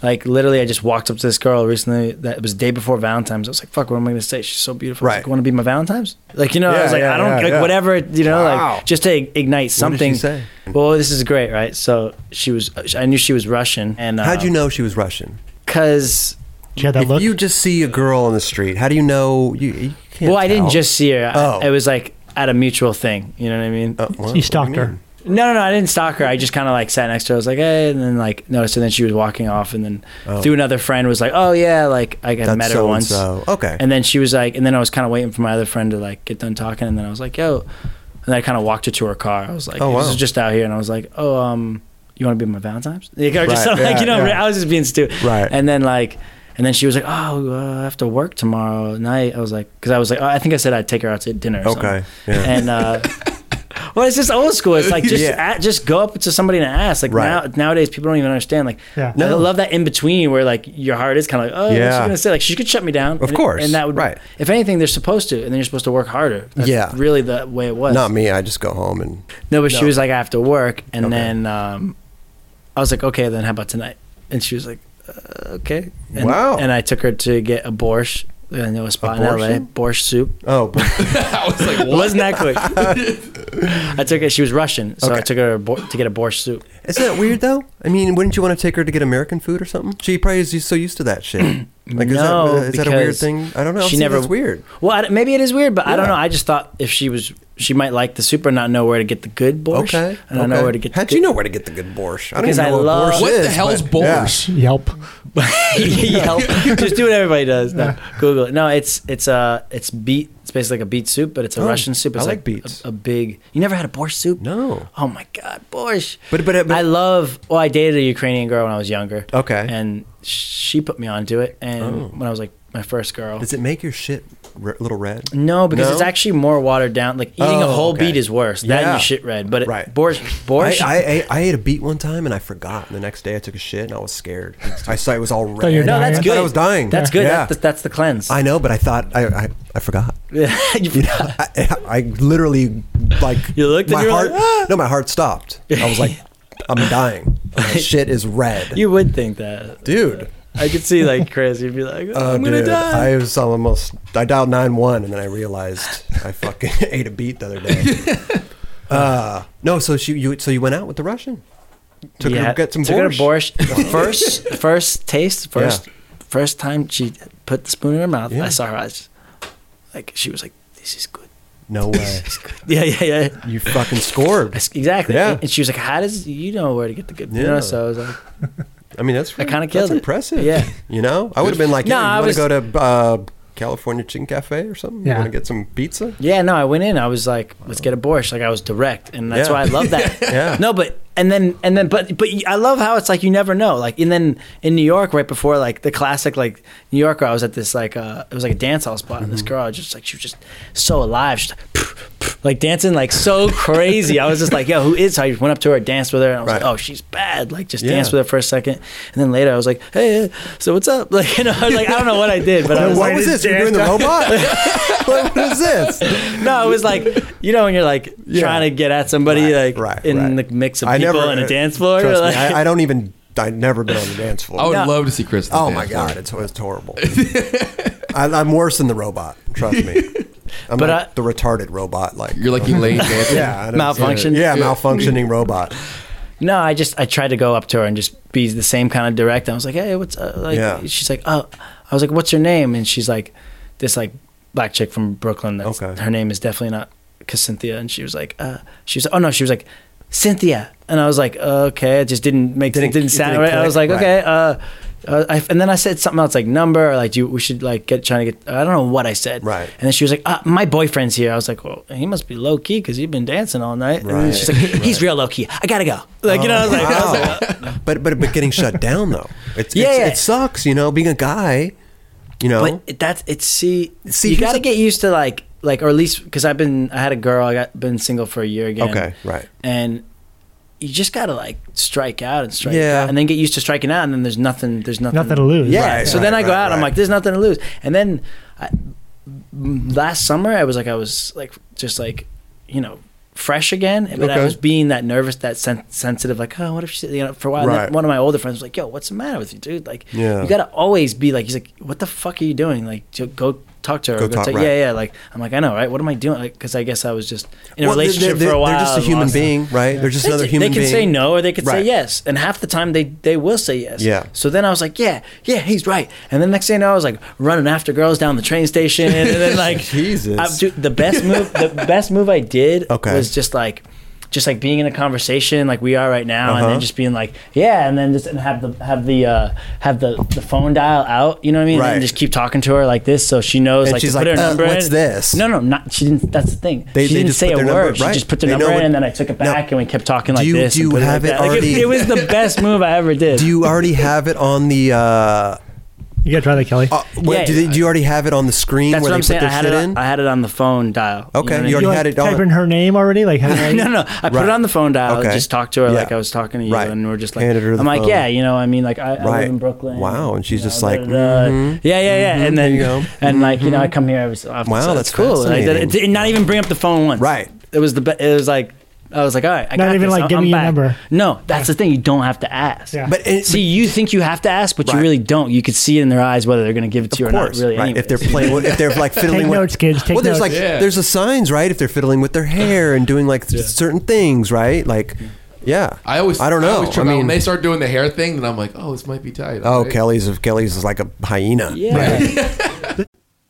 like literally, I just walked up to this girl recently. That it was the day before Valentine's. I was like, fuck, what am I gonna say? She's so beautiful. I was
Right.
like, want to be my Valentine's? Like you know, I
Yeah,
was like,
yeah,
I don't
yeah,
like
yeah.
whatever. You know,
Wow.
like just to ig- ignite
what did
something.
she say?
Well, this is great, right? So she was. I knew she was Russian, and uh,
How'd you know she was Russian?
Because
She had that
if
look.
you just see a girl on the street, how do you know? You, you can't
well, I didn't
tell.
just see her.
Oh.
I, it was like at a mutual thing. You know what I mean?
Uh, well,
you stalked
what do you
her.
mean?
No, no, no. I didn't stalk her. I just kind of like sat next to her. I was like, hey, and then like noticed, and then she was walking off, and then
Oh.
through another friend was like, oh yeah, like I had
That's
met her
so
once,
So okay.
and then she was like, and then I was kind of waiting for my other friend to like get done talking, and then I was like, yo, and then I kind of walked her to her car. I was like,
Oh,
this
wow.
is just out here, and I was like, oh, um, you want to be my Valentine's? Like, I just
Right,
like
yeah,
you know,
yeah.
I was just being stupid,
Right.
And then like. And then she was like, "Oh, uh, I have to work tomorrow night." I was like, "Cause I was like, oh, I think I said I'd take her out to dinner." Or something
okay. Yeah.
and uh, well, it's just old school. It's like just
Yeah.
a- just go up to somebody and ask. Like
Right.
now, nowadays, people don't even understand. Like,
Yeah.
I
No.
love that in between where like your heart is kind of like, oh, what's
Yeah.
she gonna say? Like she could shut me down,
Of
And-
course.
And that would
Right.
If anything, they're supposed to, and then you're supposed to work harder. That's
Yeah.
really the way it was.
Not me. I just go home and
no, but she
no.
was like, I have to work, and
Okay.
then um, I was like, okay, then how about tonight? And she was like, uh, okay. And,
Wow.
And I took her to get a borscht. I know a spot in LA,
Abortion?
borscht soup.
oh,
I was like,
It
what?
wasn't that quick. I took it. She was Russian, so
Okay.
I took her bo- to get a borscht soup.
isn't that weird though? I mean, wouldn't you want to take her to get American food or something? She probably is so used to that shit. Like, is,
No,
that, is that a weird
because
thing? I don't know.
she
See,
never-
That's weird.
Well, I, maybe it is weird, but I don't
Yeah.
know. I just thought if she was, she might like the soup or not know where to get the good borscht.
Okay.
And I know
okay.
where to get.
How'd
the
you
good-
know where to get the good borscht? I don't
Because
even know
I love-
what borscht
What
is.
the hell's
but- yeah.
Borscht?
Yelp.
Yelp. Just do what everybody does. No, Google it. No, it's it's uh, it's beet. It's basically like a beet soup, but it's a
Oh,
Russian soup.
I
It's
like
a-
beets.
A, big. You never had a borscht soup?
No.
Oh my god, borscht.
But but, but
I love. Well, I dated a Ukrainian girl when I was younger.
Okay. Oh.
And she put me onto it, and when I was like my first girl.
does it make your shit re- little red?
No, because
No?
it's actually more watered down. Like eating
Oh,
a whole
okay.
beet is worse. That
Yeah.
you shit red, but it,
Right.
borscht, borscht.
I, I, ate- I ate a beet one time and I forgot. And the next day I took a shit and I was scared. I saw it was all red.
Thought you were
no,
dying.
that's
I
good.
thought I was dying.
That's good.
Yeah.
That's, the, that's the cleanse.
I know, but I thought I I, I forgot.
You-
You know, I, I- I literally like
You looked and
my
you were
heart.
like, "Ah."
No, my heart stopped. I was like, I'm dying. My shit is red,
you would think that,
dude.
I could see like Chris. You'd be like,
Oh,
oh, I'm gonna
dude,
die.
I was almost. I dialed nine one, and then I realized I fucking ate a beet the other day. uh, no, so she, you, so you went out with the Russian. Took her to get some
took
borscht.
her to borscht. The first, first taste, first, first time she put the spoon in her mouth.
Yeah.
I saw her eyes. Like she was like, "This is good.
No way.
This is good." Yeah, yeah, yeah.
You fucking scored.
That's- Exactly.
Yeah.
And she was like, "How does you know where to get the good?" You
Yeah.
know, so I was like,
I mean, that's
I kinda
that's
killed it.
impressive.
Yeah.
You know, I would have been like,
No,
yeah,
I
you want
was-
to go to uh, California Chicken Cafe or something? You
Yeah.
want to get some pizza?
Yeah, no, I went in. I was like, let's get a borscht. Like I was direct, and that's
Yeah.
why I love that.
Yeah.
No, but and then and then but but I love how it's like you never know. Like and then in New York, right before like the classic like New Yorker, I was at this like uh it was like a dance hall spot, and this
Mm-hmm.
girl I just like she was just so alive, just like dancing like so crazy. I was just like, yo, who is? So I went up to her, danced with her, and I was
Right.
like, oh, she's bad. Like just
Yeah.
danced with her for a second, and then later I was like, hey, so what's up? Like you know, I was like I don't know what I did, but I
What,
was
what
like,
was this? You're doing the robot? what, what is this?
no, it was like you know when you're like
Yeah.
trying to get at somebody
Right,
like
right,
in
right. uh,
the mix of people on a dance floor.
Trust
like-
me, I, I don't even. I've never been on the dance floor.
I would
No.
love to see Chris. at the
oh my
dance floor.
god, it's, it's horrible. I, I'm worse than the robot. Trust me. I'm
But
like
I-
the retarded robot, like
You're like Elaine Manson.
yeah, I don't-
Malfunction?
Yeah, malfunctioning robot.
No, I just I tried to go up to her and just be the same kind of direct. I was like, hey, what's uh, like?
Yeah.
She's like, oh, I was like, what's your name? And she's like, this like black chick from Brooklyn. That's,
Okay.
Her name is definitely not Cynthia. And she was like, uh, she was oh no, she was like Cynthia. And I was like, okay, it just didn't make
Didn't-
didn't,
it
didn't sound
didn't
right. I
click,
was like,
right.
okay, uh. Uh, I, and then I said something else like number, or like do you, we should like get trying to get. I don't know what I said.
Right.
And then she was like, uh, "My boyfriend's here." I was like, "Well, he must be low key because he's been dancing all night." And then
Right. Oh,
she's like, "He's real low key. I gotta go." Like you know, I was like, I was like,
Wow. but but but getting shut down though, it's,
Yeah,
it's
yeah.
it sucks. You know, being a guy, you know,
But that's it's see,
See,
you
here's
got to
a-
get used to like like or at least because I've been I had a girl I got been single for a year again.
Okay, right.
And you just got to like strike out and strike
Yeah.
out and then get used to striking out and then there's nothing there's nothing
Nothing to lose.
Yeah.
Right,
so then
right,
I go
right,
out. I'm
right.
like, there's nothing to lose. And then I, m- last summer I was like I was like just like you know. Fresh again, but
Okay.
I was being that nervous, that sen- sensitive, like, oh, what if she, you know, for a while. and then
Right.
one of my older friends was like, yo, what's the matter with you, dude? Like,
Yeah.
you got to always be like, he's like, what the fuck are you doing? Like, to go talk to her.
Go
or
talk-
take-
right.
Yeah, yeah. Like, I'm like, I know, right? What am I doing? Like, because I guess I was just in a
Well, they're-
relationship
they're,
for a while.
They're just a
and
human
lost it.
being, right? They're just
They-
another
they,
human
can
being.
say no or they could
Right.
say yes. And half the time they, they will say yes.
Yeah.
So then I was like, yeah, yeah, he's right. And then next thing I know, I was like running after girls down the train station. And then like,
Jesus.
I- dude, the best move, the best move I did
Okay.
was just like, just like being in a conversation like we are right now, and
Uh-huh.
then just being like, yeah, and then just and have the have the uh, have the, the phone dial out, you know what I mean?
Right.
And just keep talking to her like this, so she knows
And
like
she's
to put
like,
her
uh,
number
what's
in.
this?
No, no, not she didn't. That's the thing.
They-
she
they
didn't
just
say
put
a
their
word.
number-
She
right.
just put the
They know
number in,
what-
and then I took it
Now,
back, and we kept talking
do
like
you-
this.
do
and
you
put it
have
like
it
that. Like,
already-
it was the best move I ever did.
Do you already have it on the? Uh,
You gotta try that, Kelly.
uh, wait,
Yeah,
do, they, do you already have it on the screen
That's
where
what
they
I'm
put
saying. I
their
had,
shit
it, on-
in?
I had it on the phone dial.
Okay,
what I
you
mean?
already
you like,
had it
type
on.
in her name already. Like, how
no, no. I put
Right.
it on the phone dial.
Okay.
Just talked to her like
Yeah.
I was talking to you,
Right.
and we're just like,
Handed her the
I'm like,
phone.
yeah, you know, I mean, like I, I
Right.
live in Brooklyn.
Wow, and she's
you
just
know,
like, mm-hmm.
da, da, da. yeah, yeah, yeah, and then
you go. Mm-hmm.
and like you know, I come here every so often.
Wow,
so
that's
it's cool. Like, that-
fascinating.
it did not even bring up the phone once.
Right.
It was the be- it was like I was like, all right, I
Not
got
even,
this.
like,
I'm-
give
I'm
me your
back.
number.
No, that's the thing. You don't have to ask.
Yeah.
But it,
See, you think you have to ask, but
Right.
you really don't. You could see it in their eyes whether they're going to give it to you
of
or
course,
not. Really,
right? If
anyways.
they're playing, with- if they're like fiddling
Take
with
notes, kids, take
well, there's
notes.
like
Yeah.
there's the signs, right? If they're fiddling with their hair and doing like certain things, right? Like, yeah.
I always
I don't know.
always trip
I
out when
mean-
they start doing the hair thing, then I'm like, oh, this might be tight.
Oh,
right?
Kelly's Kelly's is like a hyena.
yeah.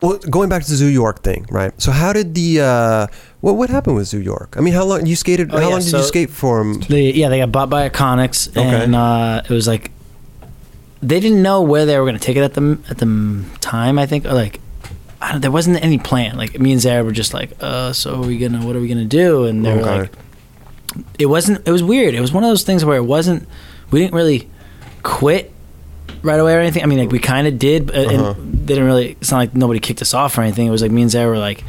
Well, going back to the Zoo York thing, right? So how did the uh, what what happened with Zoo York? I mean, how long you skated? how
Oh, yeah,
long did
so-
you skate for him?
They, yeah, they got bought by Iconics, and uh, it was like they didn't know where they were going to take it at the at the m- time. I think or like I don't, there wasn't any plan. Like me and Zara were just like, uh, so are we gonna what are we gonna do? And they were
Okay.
like, it wasn't. It was weird. It was one of those things where it wasn't. We didn't really quit right away or anything. I mean, like we kind of did, but and
Uh-huh.
they didn't really. It's not like nobody kicked us off or anything. It was like me and Zara were like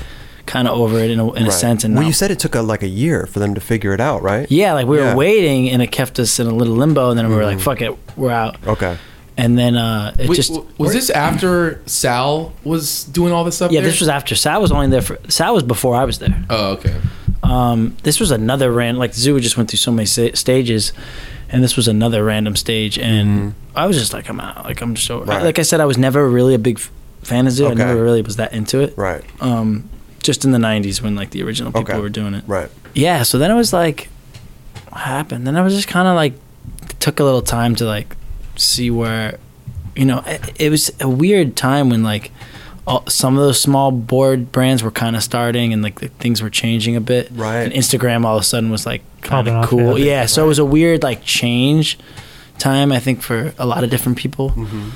kind of over it in a, in a
Right.
sense. And
well,
not-
you said it took a, like a year for them to figure it out, right?
yeah, like we
Yeah. Mm.
were waiting, and it kept us in a little limbo, and then we were like, "Fuck it, we're out."
Okay.
And then uh, it
Wait,
just
w- was this after Sal was doing all this stuff?
yeah,
there?
this was after Sal was only there for Sal was before I was there.
Oh, okay.
Um, this was another random like Zoo just went through so many sta- stages, and this was another random stage, and I was just like, I'm out, like I'm so
Mm-hmm. Right.
like I said, I was never really a big f- fan of Zoo.
Okay.
I never really was that into it.
Right.
Um, just in the '90s when like the original people
Okay.
were doing it.
Right.
yeah so then it was like what happened then i was just kind of like took a little time to like see where you know it, it was a weird time when like all, some of those small board brands were kind of starting and like the things were changing a bit
Right.
and instagram all of a sudden was like kind
Popping
of
off,
cool
yeah.
yeah, so it was a weird like change time i think for a lot of different people
Mm-hmm.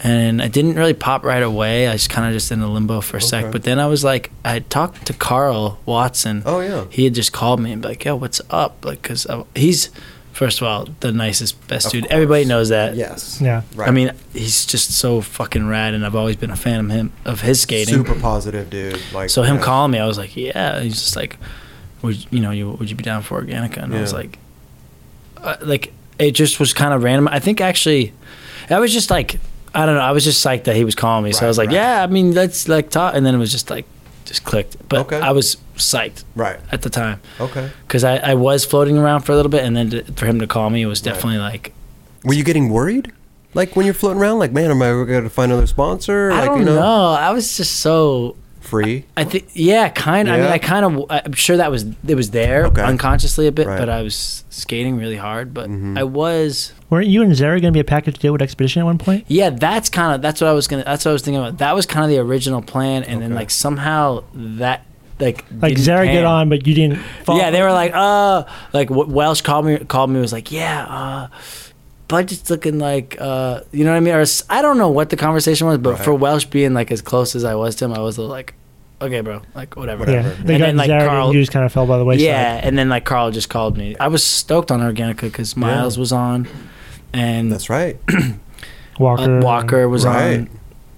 and I didn't really pop right away. I was kind of just in a limbo for a
Okay.
sec. But then I was like, I had talked to Carl Watson.
Oh, yeah.
He had just called me and be like, "Yo, what's up?" Like, cause I, he's First of all, the nicest, best dude. Everybody
course.
knows that.
Yes.
Yeah.
I mean, he's just so fucking rad, and I've always been a fan of him of his skating.
Super positive dude. Like
So him
yeah.
calling me, I was like, yeah. He's just like, would you know, you would you be down for Organica? And I was
Yeah.
like, uh, like it just was kind of random. I think actually, I was just like, I don't know. I was just psyched that he was calling me, so I
Right,
was like,
right.
yeah. I mean, let's like talk, and then it was just like, just clicked. But
Okay.
I was psyched
Right.
at the time
Okay.
because I, I was floating around for a little bit, and then to, for him to call me, it was definitely like
Were you getting worried? Like when you're floating around, like, man, am I going to find another sponsor?
I
like,
don't know. I was just so
Free.
I think, yeah, kind. I mean,
Yeah?
I kind of. I'm sure that was it was there
Okay.
unconsciously a bit,
Right. Mm-hmm.
but I was skating really hard. But I was,
Weren't you and Zara going to be a package deal with Expedition at one point?
yeah. That's kind of that's what I was gonna. That's what I was thinking about. That was kind of the original plan, and then
Okay.
like somehow that like
Like
didn't
Zara
pan.
get on, but you didn't. Follow.
Yeah, they were like, uh, like what Welsh called me called me was like, yeah, uh, budget's looking like, uh, you know what I mean? Or s- I don't know what the conversation was, but
Right.
for Welsh being like as close as I was to him, I was a little like, okay, bro, like whatever.
Yeah,
whatever.
they
And
got
then, like,
Zara,
Carl-
and you just kind of fell by the wayside.
Yeah, and then like Carl just called me. I was stoked on Organica because Miles was on, and
That's right.
Walker.
uh, Walker was
Right.
on.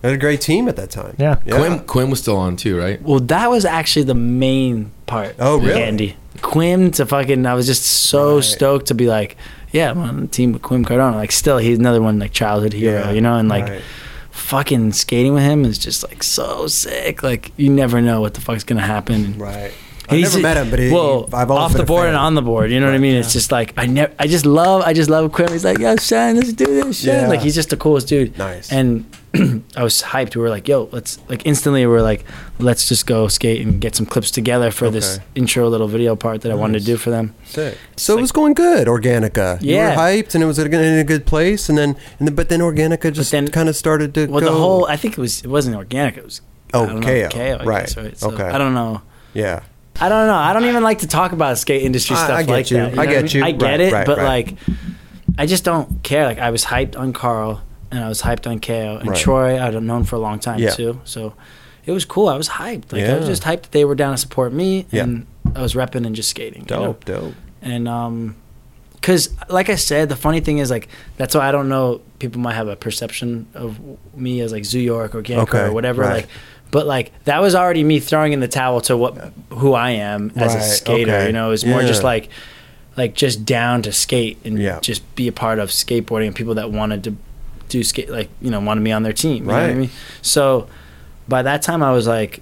They had a great team at that time.
Yeah.
Quim Quim was still on too, right?
Well, that was actually the main part.
Oh, really?
Andy Quim to fucking. I was just so
Right.
stoked to be like, yeah, I'm on the team with Quim Cardona. Like, still, he's another one like childhood hero,
Yeah,
you know, and like
right.
fucking skating with him is just like so sick. Like, you never know what the fuck's gonna happen.
Right. I never met him, but he,
well,
I've always
off
been
the
a
board
fan.
and on the board. You know what I mean? It's just like I never, I just love, I just love Quim. He's like, yo, Shane, let's do this, Shane.
Yeah.
Like he's just the coolest dude.
Nice.
And I was hyped. We were like, yo, let's like instantly. We were like, let's just go skate and get some clips together for this
Okay.
intro little video part that I wanted to do for them.
Sick.
So it was going good, Organica. You
Yeah.
were hyped and it was in a good place. And then, and then but then Organica just
then-
kind of started to
Well,
go.
the whole I think it was it wasn't organic. It was
Oh,
I don't know,
KO,
I
right.
guess, right? So,
Okay.
I don't know.
Yeah.
I don't know. I don't even like to talk about skate industry
I-
stuff
I get
like
you.
that.
I
know
get
what
you.
I get
Right,
it,
right,
but
right.
like, I just don't care. Like, I was hyped on Carl, and I was hyped on KO, and
Right.
Troy. I'd have known for a long time
Yeah.
too. So it was cool. I was hyped. Like, I was
Yeah.
just hyped that they were down to support me,
Yeah.
and I was repping and just skating. you know?
Dope. Dope.
and um because like i said the funny thing is like that's why i don't know people might have a perception of me as like zoo york or Ganker
Okay,
or whatever
right.
like but like that was already me throwing in the towel to what who i am as a
Right,
skater
okay.
you know it's more just
Yeah.
like like just down to skate and
Yeah.
just be a part of skateboarding and people that wanted to do skate like you know wanted me on their team you know what i
Right.
mean so by that time i was like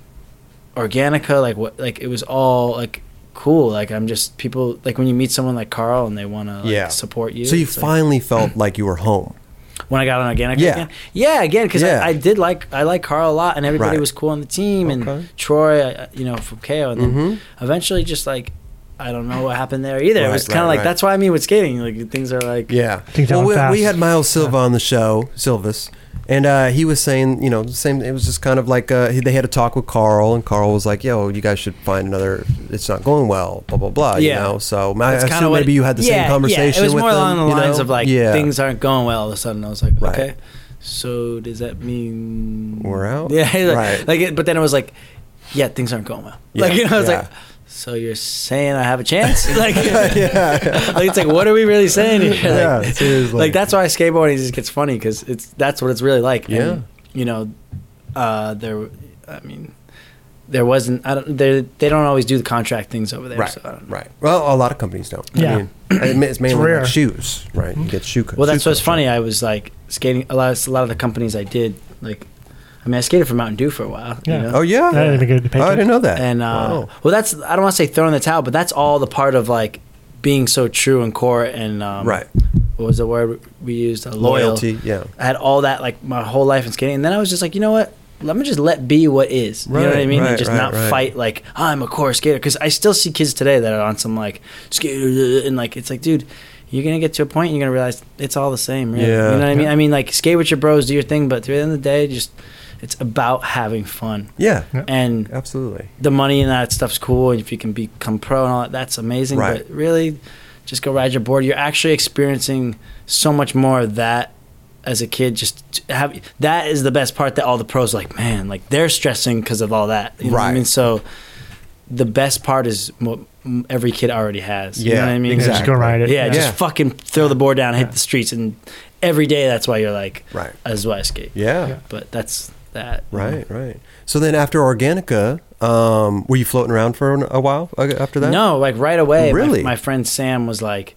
organica like what like it was all like cool like i'm just people like when you meet someone like carl and they want to like,
Yeah.
support you
So you
it's like-
finally felt like you were home.
when i got on organica
Yeah.
again yeah again because
Yeah.
I, I did like i like carl a lot and everybody
Right.
was cool on the team
Okay.
and troy I- I- you know from ko and then
Mm-hmm.
eventually just like i don't know what happened there either it
Right,
was kind of
right,
like
right.
that's why i mean with skating like things are like
Yeah.
Things
well,
happen
we,
fast.
we had Miles Silva on the show, Silvis, and uh, he was saying, you know, the same. It was just kind of like uh, he- they had a talk with Carl, and Carl was like, "Yo, you guys should find another. It's not going well. Blah blah blah."
Yeah.
You know, so I
That's
assume
kinda what-
maybe you had the
yeah,
same conversation.
Yeah, it was
with
more
them,
along the
you
lines
know?
of like
yeah.
things aren't going well. All of a sudden, I was like,
Right.
okay, so does that mean
We're out?
Yeah, like,
Right.
like it, but then it was like, yeah, things aren't going well.
Yeah,
Like you know, I was
yeah.
like, so you're saying I have a chance? like, like it's like, what are we really saying here? Like,
Yeah, seriously.
like that's why skateboarding just gets funny because it's that's what it's really like. And,
Yeah.
you know, uh, there. I mean. There wasn't. I don't. They they don't always do the contract things over there.
Right.
So I don't know.
Right. Well, a lot of companies don't.
Yeah.
I mean, it's mainly
rare.
like shoes, right? You get shoe.
Well, that's
shoe
what's funny.
contract.
I was like skating a lot. A lot of the companies I did, like, I mean, I skated for Mountain Dew for a while.
Yeah.
You know?
Oh yeah.
That didn't get
Oh, I didn't know that. Oh.
And uh,
Wow.
well, that's I don't want to say throwing the towel, but that's all the part of like being so true and core and um,
Right.
What was the word we used? Uh, loyal.
Loyalty. Yeah.
I had all that like my whole life in skating, and then I was just like, you know what? Let me just let be what is. you know what I
Right,
mean?
right,
and just
right,
not
right.
fight like "Ah, I'm a core skater because I still see kids today that are on some like skater uh, and like it's like, dude, you're gonna get to a point you're gonna realize it's all the same. Really.
Yeah.
You know what I mean?
Yeah.
I mean, like skate with your bros, do your thing, but at the end of the day, just it's about having fun
Yeah.
and
Absolutely.
the money and that stuff's cool. And if you can become pro and all that, that's amazing.
Right.
But really, just go ride your board. You're actually experiencing so much more of that as a kid. Just to have that is the best part that all the pros are like, man, like they're stressing because of all that. You know what I
Right.
mean, so the best part is what m- every kid already has. You
Yeah,
know what I mean?
Just go ride it.
Yeah, just
Yeah.
fucking throw the board down, and hit the streets, and every day that's why you're like,
Right.
that's why I skate.
Yeah.
Yeah.
But that's that.
Right. Right. So then after Organica, um, were you floating around for an- a while uh, after that?
No, like right away. my-
Really?
My, friend Sam was like,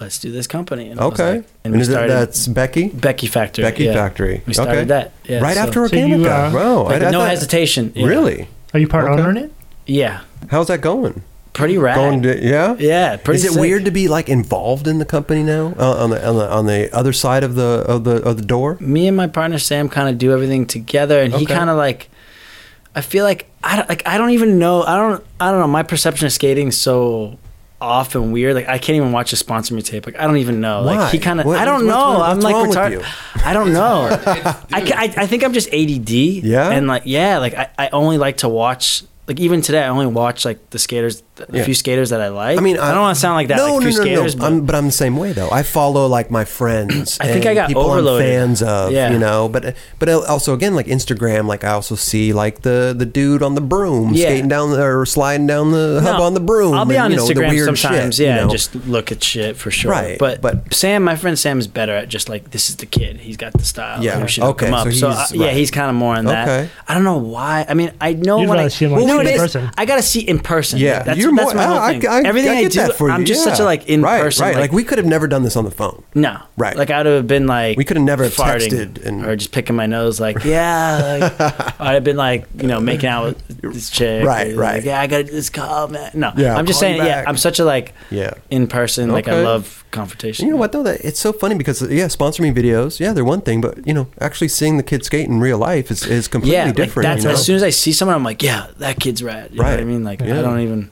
let's do this company. And I was
Okay.
like-
and
and we
is that,
started
that's Becky.
Becky Factory.
Becky
yeah.
Factory.
We started
Okay.
that. Yeah,
right
so-
after
So you,
Organica,
uh,
bro.
like,
I- I
no
thought-
hesitation. Yeah.
Really?
Are you part
Okay.
owner in it?
Yeah.
How's that going?
Pretty rad.
Going? To, yeah.
yeah. Pretty
Is it
sick.
weird to be like involved in the company now uh, on the on the on the other side of the of the of the door?
me and my partner Sam kind of do everything together, and he
Okay.
kind of like. I feel like I don't like I don't even know I don't I don't know my perception of skating is so off and weird like I can't even watch a sponsor me tape like I don't even know
Why?
like he kind of
What-
I don't
what's-
know
what's
I'm like
wrong with you?
retarded I don't know I, ca- I I think I'm just ADD
Yeah?
and like yeah like I, I only like to watch like even today I only watch like the skaters the
Yeah.
few skaters that I like
I mean,
I, don't want to sound like that
No,
like
no,
few
no,
skaters
no.
but
I'm, but I'm the same way though. I follow like my friends.
I think
and
I got
people
overloaded.
I'm fans of,
Yeah.
you know. But but also again, like Instagram, like I also see like the the dude on the broom
Yeah.
skating down the, or sliding down the
No,
hub on the broom.
I'll be
and,
on
you know, the
Instagram
weird
sometimes,
shit,
yeah,
you
and
know.
just look at shit for sure.
Right,
but
but-
but Sam, my friend Sam is better at just like this is the kid. He's got the style.
Yeah,
Yeah, we should hook
okay,
him up.
so
So,
he's-
I- yeah,
right.
he's kind of more on that.
Okay.
I don't know why. I mean, I know
You'd
when
rather
I
see him, like,
you know
in
what it is?
person.
I gotta see it in person.
Yeah,
that's,
you're more.
that's my whole
I,
thing.
I, I,
Everything
I,
I,
get
do,
that for
I'm
you,
just such a
yeah.
like in
right,
person.
Right, like,
like
we could have never done this on the phone.
no,
Right.
Like I would have been like,
We could have never
farting
texted and-
or just picking my nose, like yeah. Like, I'd have been like, you know, making out with this chick.
Right,
Like,
right.
Yeah, I got this call, man. No,
Yeah,
I'm just
call you
saying. Yeah,
back.
I'm such a like
Yeah.
in person. Like I
Okay.
love confrontation.
You know what though? That it's so funny because yeah, sponsor me videos. Yeah, they're one thing, but you know, actually seeing the kid skate in real life is, is completely
Yeah, like,
different.
that's
you know?
as soon as I see someone, I'm like, yeah, that kid's rad. You know what
Right.
I mean, like
Yeah.
I don't even.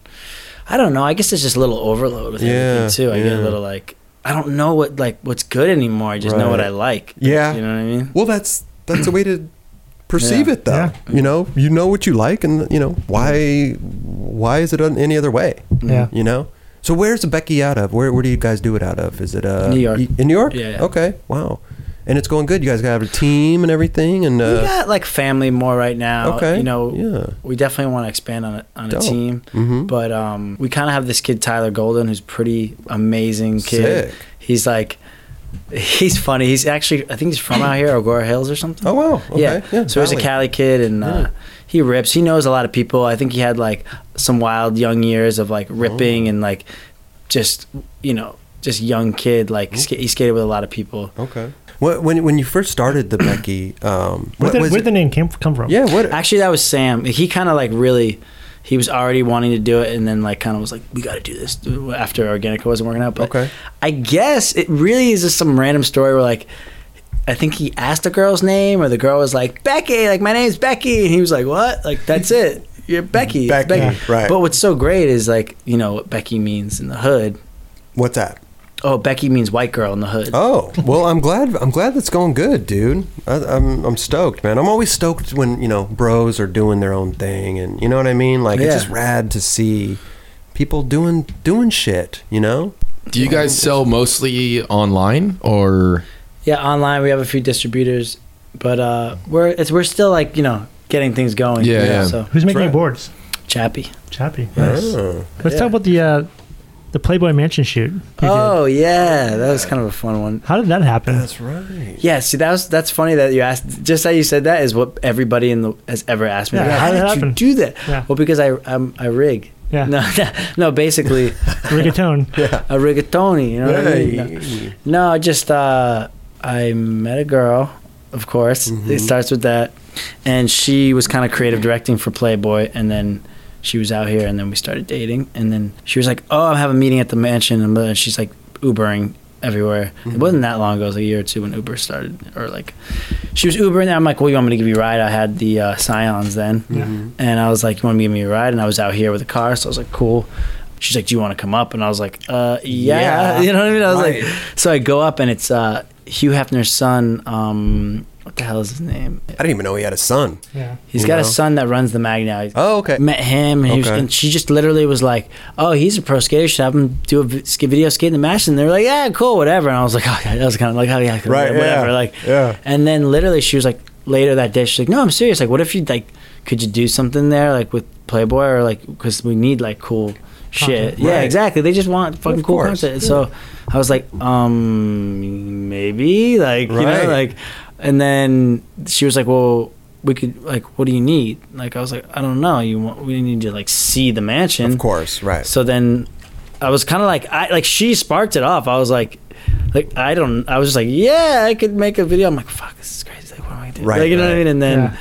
I don't know. I guess it's just a little overload with
Yeah,
everything too. I get
yeah.
a little like I don't know what like what's good anymore. I just know what
Right.
I like.
Yeah.
you know what I mean.
Well, that's that's a way to perceive
Yeah.
it, though.
Yeah.
You know, you know what you like, and you know why why is it on any other way?
Yeah.
You know. So where's the Becky out of? Where where do you guys do it out of? Is it uh
New York.
y- In New York.
Yeah, yeah.
Okay. Wow. And it's going good. You guys got a team and everything, and
we
uh,
got like family more right now.
Okay,
you know,
yeah.
we definitely want to expand on a, on a
Dope.
team.
mm-hmm.
But um, we kind of have this kid Tyler Golden, who's pretty amazing kid.
Sick.
He's like, he's funny. He's actually, I think he's from out here, Agoura Hills or something.
Oh, wow. Okay.
Yeah.
Yeah,
So he's a
Cali.
Cali kid, and uh, he rips. He knows a lot of people. I think he had like some wild young years of like
Oh.
ripping and like just you know just young kid.
Oh.
Like ska- he skated with a lot of people.
okay. What, when when you first started the Becky, um,
Where
what
did
was
where
it?
the name came come from?
yeah, what
Actually, that was Sam. He kind of like really, he was already wanting to do it, and then like kind of was like, "We got to do this." After Organica wasn't working out, but
Okay.
I guess it really is just some random story where like, I think he asked the girl's name, or the girl was like, "Becky," like my name's Becky, and he was like, "What?" Like that's it. You're Becky. It's
Becky, right.
But what's so great is like you know what Becky means in the hood.
what's that?
Oh, Becky means white girl in the hood.
Oh well, I'm glad. I'm glad that's going good, dude. I, I'm I'm stoked, man. I'm always stoked when you know bros are doing their own thing, and you know what I mean. Like it's
Yeah.
just rad to see people doing doing shit. You know,
Do you guys sell mostly online or
Yeah, online we have a few distributors, but uh, we're it's we're still like you know getting things going.
Yeah, yeah.
So
Who's making
Right.
your boards?
Chappie.
Chappie. Nice.
Oh.
Let's
Yeah.
talk about the uh, the Playboy Mansion shoot. you did.
Oh yeah, that was kind of a fun one.
How did that happen?
right.
Yeah, see that was that's funny that you asked. Just how you said that is what everybody in the has ever asked me.
Yeah,
like,
how
how
did
did
that
you
happen?"
do that?
Yeah.
Well, because I um, I rig.
Yeah.
No, no, basically
Rigatone.
a rigatoni. You know what I mean? No. No, I just uh, I met a girl, of course. It starts with that, and she was kind of creative directing for Playboy, and then she was out here, and then we started dating, and then she was like, "Oh, I'm having a meeting at the mansion," and then she's like Ubering everywhere. It wasn't that long ago; it was a year or two when Uber started, or like she was Ubering. there. I'm like, "Well, you want me to give you a ride?" I had the uh, Scions then, Mm-hmm. and I was like, "You want me to give me a ride?" And I was out here with a car, so I was like, "Cool." She's like, "Do you want to come up?" And I was like, "Uh, yeah."
Yeah.
You know what I mean? I was
Right.
like, so I go up and it's uh, Hugh Hefner's son. Um, what the hell is his name?
I didn't even know he had a son.
Yeah.
He's
You
got
know?
a son that runs the mag now. He's-
Oh, okay.
Met him and, he was,
Okay.
and she just literally was like, "Oh, he's a pro skater. Should have him do a vi- sk- video skate in the match." And they're like, "Yeah, cool, whatever." And I was like, "Oh, yeah, that was kind of like, oh yeah,
Right,
whatever."
yeah,
Like,
yeah.
And then literally she was like, later that day, she's like, "No, I'm serious. Like, what if you like could you do something there like with Playboy or like because we need like cool shit.
Content.
Yeah,
Right.
exactly. They just want fucking cool
course.
content. So I was like, um, maybe like you know
Right.
like, and then she was like, well. We could like, what do you need? Like, I was like, I don't know. You want? We need to like see the mansion.
Of course, right.
So then I was kind of like, I like she sparked it off. I was like, like I don't. I was just like, yeah, I could make a video. I'm like, fuck, this is crazy. Like, what am I doing?
Right,
like, you know what
right. Mm-hmm.
I mean? And then.
Yeah.